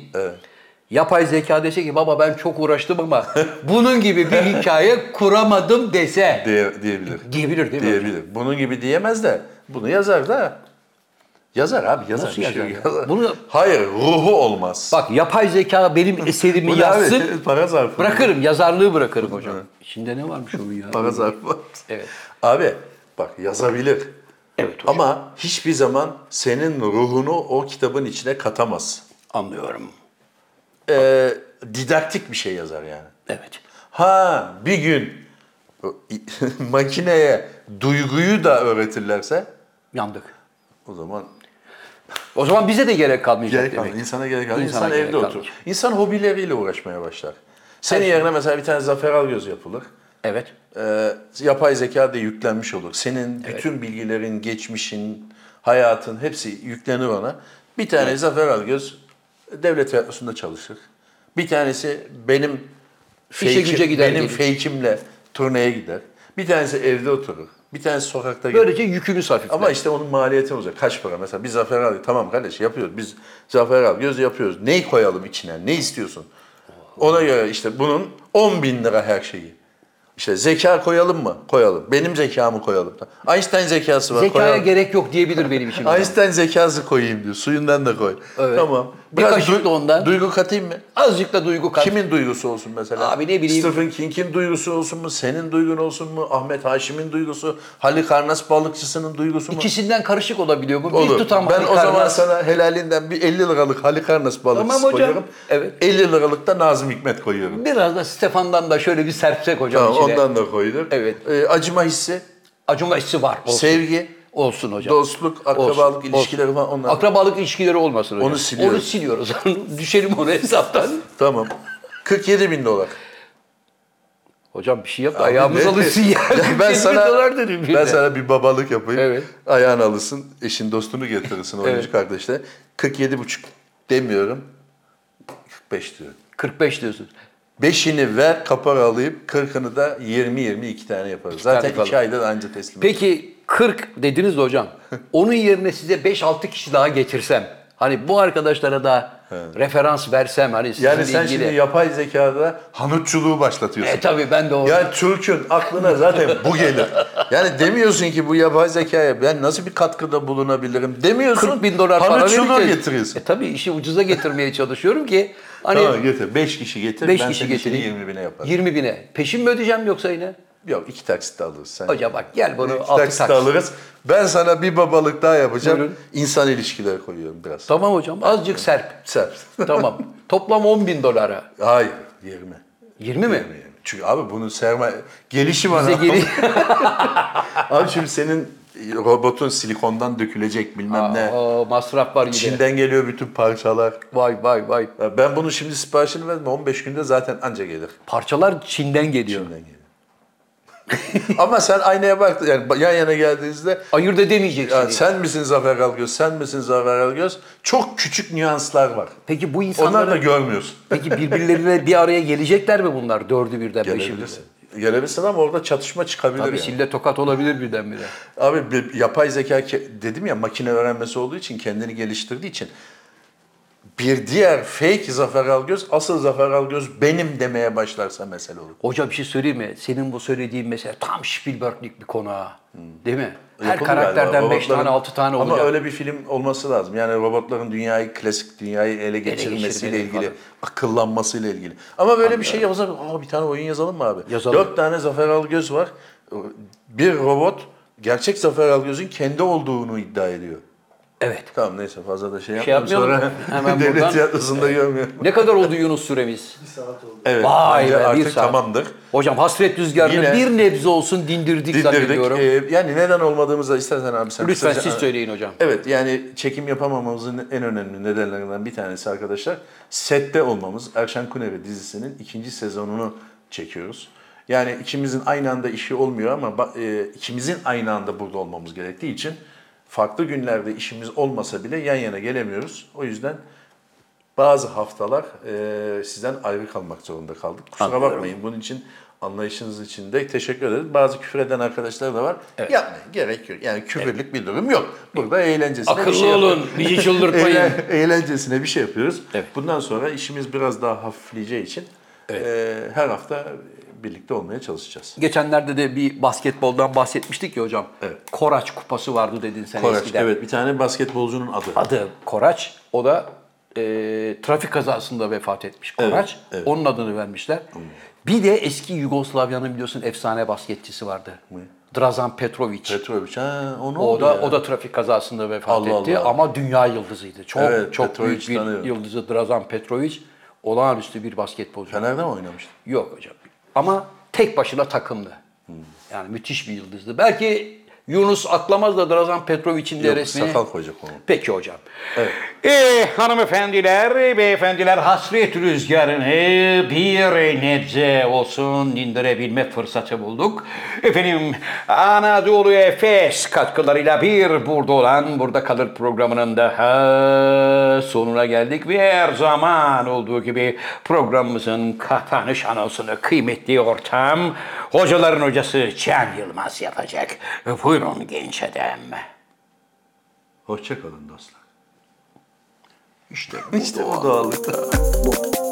Yapay zeka dese ki baba ben çok uğraştım ama bunun gibi
<laughs>
bir hikaye kuramadım dese
Diye, diyebilir.
diyebilir değil mi?
Diyebilir. Bunun gibi diyemez de bunu yazar da. Yazar abi yazar.
Nasıl
bir şey
yazar
yok.
ya? Bunu-
Hayır ruhu olmaz.
Bak yapay zeka benim
Bu
eserimi
ne abi? şey,
yazsın.
Para zarfı.
Bırakırım, yazarlığı bırakırım hocam. İçinde ne varmış onun ya?
Para zarfı.
Evet.
Abi bak yazabilir.
Evet hocam.
Ama hiçbir zaman senin ruhunu o kitabın içine katamaz.
Anlıyorum.
Ee, didaktik bir şey yazar yani.
Evet.
Ha bir gün o <laughs> makineye duyguyu da öğretirlerse
Yandık.
o zaman
O zaman bize de gerek kalmayacak
gerek
demek.
kalmaz. İnsana gerek şey. kalmaz.
İnsana
İnsan
gerek
evde oturur.
kalmayacak.
İnsan hobileriyle uğraşmaya başlar. Senin yerine mesela bir tane Zafer Algöz yapılır.
Evet.
Ee, yapay zeka da yüklenmiş olur. Senin bütün bilgilerin, geçmişin, hayatın hepsi yüklenir ona. Bir tane Zafer Algöz devlet tiyatrosunda çalışır. Bir tanesi benim
İşe güce gider
benim
gelir.
fake'imle turneye gider. Bir tanesi evde oturur. Bir tanesi sokakta gezer.
Böylece yükümüz hafifler.
Ama işte onun maliyeti olacak. Kaç para mesela? Bir Zafer Algöz. Tamam kardeş yapıyoruz. Biz Zafer Algöz yapıyoruz. Neyi koyalım içine? Ne istiyorsun? Ona göre işte bunun 10 bin lira her şeyi. İşte zeka koyalım mı? Koyalım. Benim zekamı koyalım. Einstein zekası var.
Zekaya
koyalım.
gerek yok diyebilir benim için. hocam.
Einstein zekası koyayım diyor. Suyundan da koy.
Evet.
Tamam.
Bir kaşık da ondan.
Duygu katayım mı?
Azıcık da duygu kat.
Kimin duygusu olsun mesela?
Abi ne bileyim.
Stephen King'in duygusu olsun mu? Senin duygun olsun mu? Ahmet Haşim'in duygusu? Halikarnas balıkçısının duygusu mu?
İkisinden karışık olabiliyor bu. Bir
Olur.
tutam
ben
Ali
o zaman
Karnas.
sana helalinden bir 50 liralık Halikarnas balıkçısı
Tamam hocam.
koyuyorum.
Evet.
50 liralık da Nazım Hikmet koyuyorum.
Biraz da Stefan'dan da şöyle bir serpsek hocam
Tamam,
içine.
ondan da koydum.
Evet.
Ee, acıma hissi,
Acunga hissi var. Olsun.
sevgi,
Olsun hocam.
dostluk, akrabalık
Olsun,
ilişkileri falan onlar.
Akrabalık ilişkileri olmasın hocam.
Onu siliyoruz.
Onu siliyoruz. <laughs> Düşelim onu hesaptan.
tamam. 47 bin dolar.
Hocam bir şey yap da
Abi
ayağımız
ne-
alışsın ya.
Ya <laughs> ben sana
dolar dedim bir de. <laughs>
ben sana bir babalık yapayım.
Evet.
Ayağını alırsın, eşin dostunu getirirsin oyuncu
Evet.
kardeşle. 47 buçuk demiyorum. 45 diyorum.
45 diyorsun.
Beşini ver kapar alayım, 40'ını da 20-22 tane yaparız. Zaten
yapalım.
iki ayda da anca teslim ederiz.
Peki 40 dediniz de hocam. Onun yerine size 5-6 kişi daha getirsem. Hani bu arkadaşlara da referans versem hani sizinle
Yani sen
ilgili.
şimdi yapay zekada hanutçuluğu başlatıyorsun.
E tabii ben de o.
yani Türk'ün aklına zaten bu gelir. Yani demiyorsun ki bu yapay zekaya ben nasıl bir katkıda bulunabilirim demiyorsun.
40 bin dolar para
Hanutçuluğu
vereceğiz.
getiriyorsun.
E tabii işi ucuza getirmeye çalışıyorum ki. <laughs> Hani
tamam getir. 5 kişi getir.
5
ben
kişi
senin işini
getireyim.
20 bine yaparım.
20 bine. Peşin mi ödeyeceğim yoksa yine?
Yok iki taksit alırız sen.
Hocam bak gel bunu
iki
6
taksit,
taksit.
alırız. Ben sana bir babalık daha yapacağım.
Buyurun.
İnsan ilişkileri koyuyorum biraz.
Tamam hocam azıcık serp.
Serp.
tamam.
<laughs>
Toplam 10 bin dolara.
Hayır 20.
20 mi?
20. Çünkü abi bunun sermaye gelişi var.
Bize
abi.
geri...
<laughs> Abi şimdi senin robotun silikondan dökülecek bilmem ne.
o masraf var yine.
Çin'den geliyor bütün parçalar.
Vay vay vay.
Ya Ben bunu şimdi siparişini verdim. 15 günde zaten anca gelir.
Parçalar Çin'den geliyor.
Çin'den
<laughs>
gelir. Ama sen aynaya baktın. Yani ba- yan yana geldiğinizde
Ayırt edemeyeceksin.
ya sen misin Zafer Algöz, sen misin Zafer Algöz? Çok küçük nüanslar var.
Peki bu
Onları da
insanlar
görmüyorsun.
<laughs> peki birbirlerine bir araya gelecekler mi bunlar dördü birden beşi birden?
Gelebilirsin. Gelebilirsin ama orada çatışma çıkabilir
Tabii
yani.
sille tokat olabilir birdenbire.
Abi bir yapay zeka ke- dedim ya makine öğrenmesi olduğu için kendini geliştirdiği için bir diğer fake Zafer Algöz, asıl Zafer Algöz benim demeye başlarsa mesele olur.
Hoca bir şey söyleyeyim mi? Senin bu söylediğin mesela tam Spielberg'lik bir konu ha. Değil mi? Her
Hmm. Yapıldı
karakterden
galiba.
5 tane
Robotların-
6 tane olacak.
Ama öyle bir film olması lazım. Yani robotların dünyayı, klasik dünyayı ele geçirmesiyle
geçirmeleri
ilgili,
falan.
akıllanmasıyla ilgili. Ama böyle bir şey yazalım. Aa, bir tane oyun yazalım mı abi?
Yazalım.
Dört tane Zafer Algöz var. Bir robot gerçek Zafer Algöz'ün kendi olduğunu iddia ediyor.
Evet.
Tamam neyse fazla da şey,
Şey
yapmayalım.
yapmayalım.
Sonra <laughs>
Hemen
devlet
buradan-
tiyatrosunda görmüyorum.
Ne kadar oldu Yunus süremiz?
Bir saat oldu.
Evet,
Vay
bence
be, bir
artık
saat.
tamamdır.
Hocam hasret rüzgarını
Yine-
bir nebze olsun dindirdik, zannediyorum.
Dindirdik. Ee, yani neden olmadığımızı istersen abi sen
Lütfen
kısaca-
siz söyleyin hocam.
Evet yani çekim yapamamamızın en önemli nedenlerinden bir tanesi arkadaşlar sette olmamız. Erşen Kuneri dizisinin ikinci sezonunu çekiyoruz. Yani ikimizin aynı anda işi olmuyor ama ba- e, ikimizin aynı anda burada olmamız gerektiği için farklı günlerde işimiz olmasa bile yan yana gelemiyoruz. O yüzden bazı haftalar e, sizden ayrı kalmak zorunda kaldık. Kusura bakmayın bunun için anlayışınız için de teşekkür ederiz. Bazı küfür eden arkadaşlar da var. Yapmayın gerek yok. Yani küfürlük bir durum yok. Burada eğlencesine
Akıllı
bir şey
olun,
yapıyoruz.
bizi çıldırtmayın.
<laughs> Eğlen- eğlencesine bir şey yapıyoruz. Bundan sonra işimiz biraz daha hafifleyeceği için e, her hafta birlikte olmaya çalışacağız.
Geçenlerde de bir basketboldan bahsetmiştik ya hocam.
Evet.
Koraç kupası vardı dedin sen
Koraç,
eskiden.
evet bir tane basketbolcunun adı.
Adı Koraç. O da e, trafik kazasında vefat etmiş Koraç.
evet.
Onun adını vermişler. Bir de eski Yugoslavya'nın biliyorsun efsane basketçisi vardı. Drazan Petrovic.
Petrovic. Ha, o ne
O
oldu
da
ya?
o da trafik kazasında vefat
Allah
etti
Allah.
ama dünya yıldızıydı. Çok
Evet,
çok
Petrovic
büyük bir
tanıyorum.
yıldızı Drazan Petrovic. Olağanüstü bir basketbolcu.
Fener'de mi oynamıştı?
Yok hocam. Ama tek başına takımdı.
Hmm.
Yani müthiş bir yıldızdı. Belki Yunus atlamaz da Drazan Petrovic'in de
Yok,
resmini.
sakal koyacak onu.
Peki hocam.
Ee, hanımefendiler, beyefendiler hasret rüzgarını bir nebze olsun dindirebilme fırsatı bulduk. Efendim Anadolu Efes katkılarıyla bir burada olan burada kalır programının daha sonuna geldik ve her zaman olduğu gibi programımızın kapanış anonsunu kıymetli ortam hocaların hocası Can Yılmaz yapacak. Buyurun genç adam.
Hoşçakalın dostlar.
İşte
<laughs> İşte bu doğallık.
bu.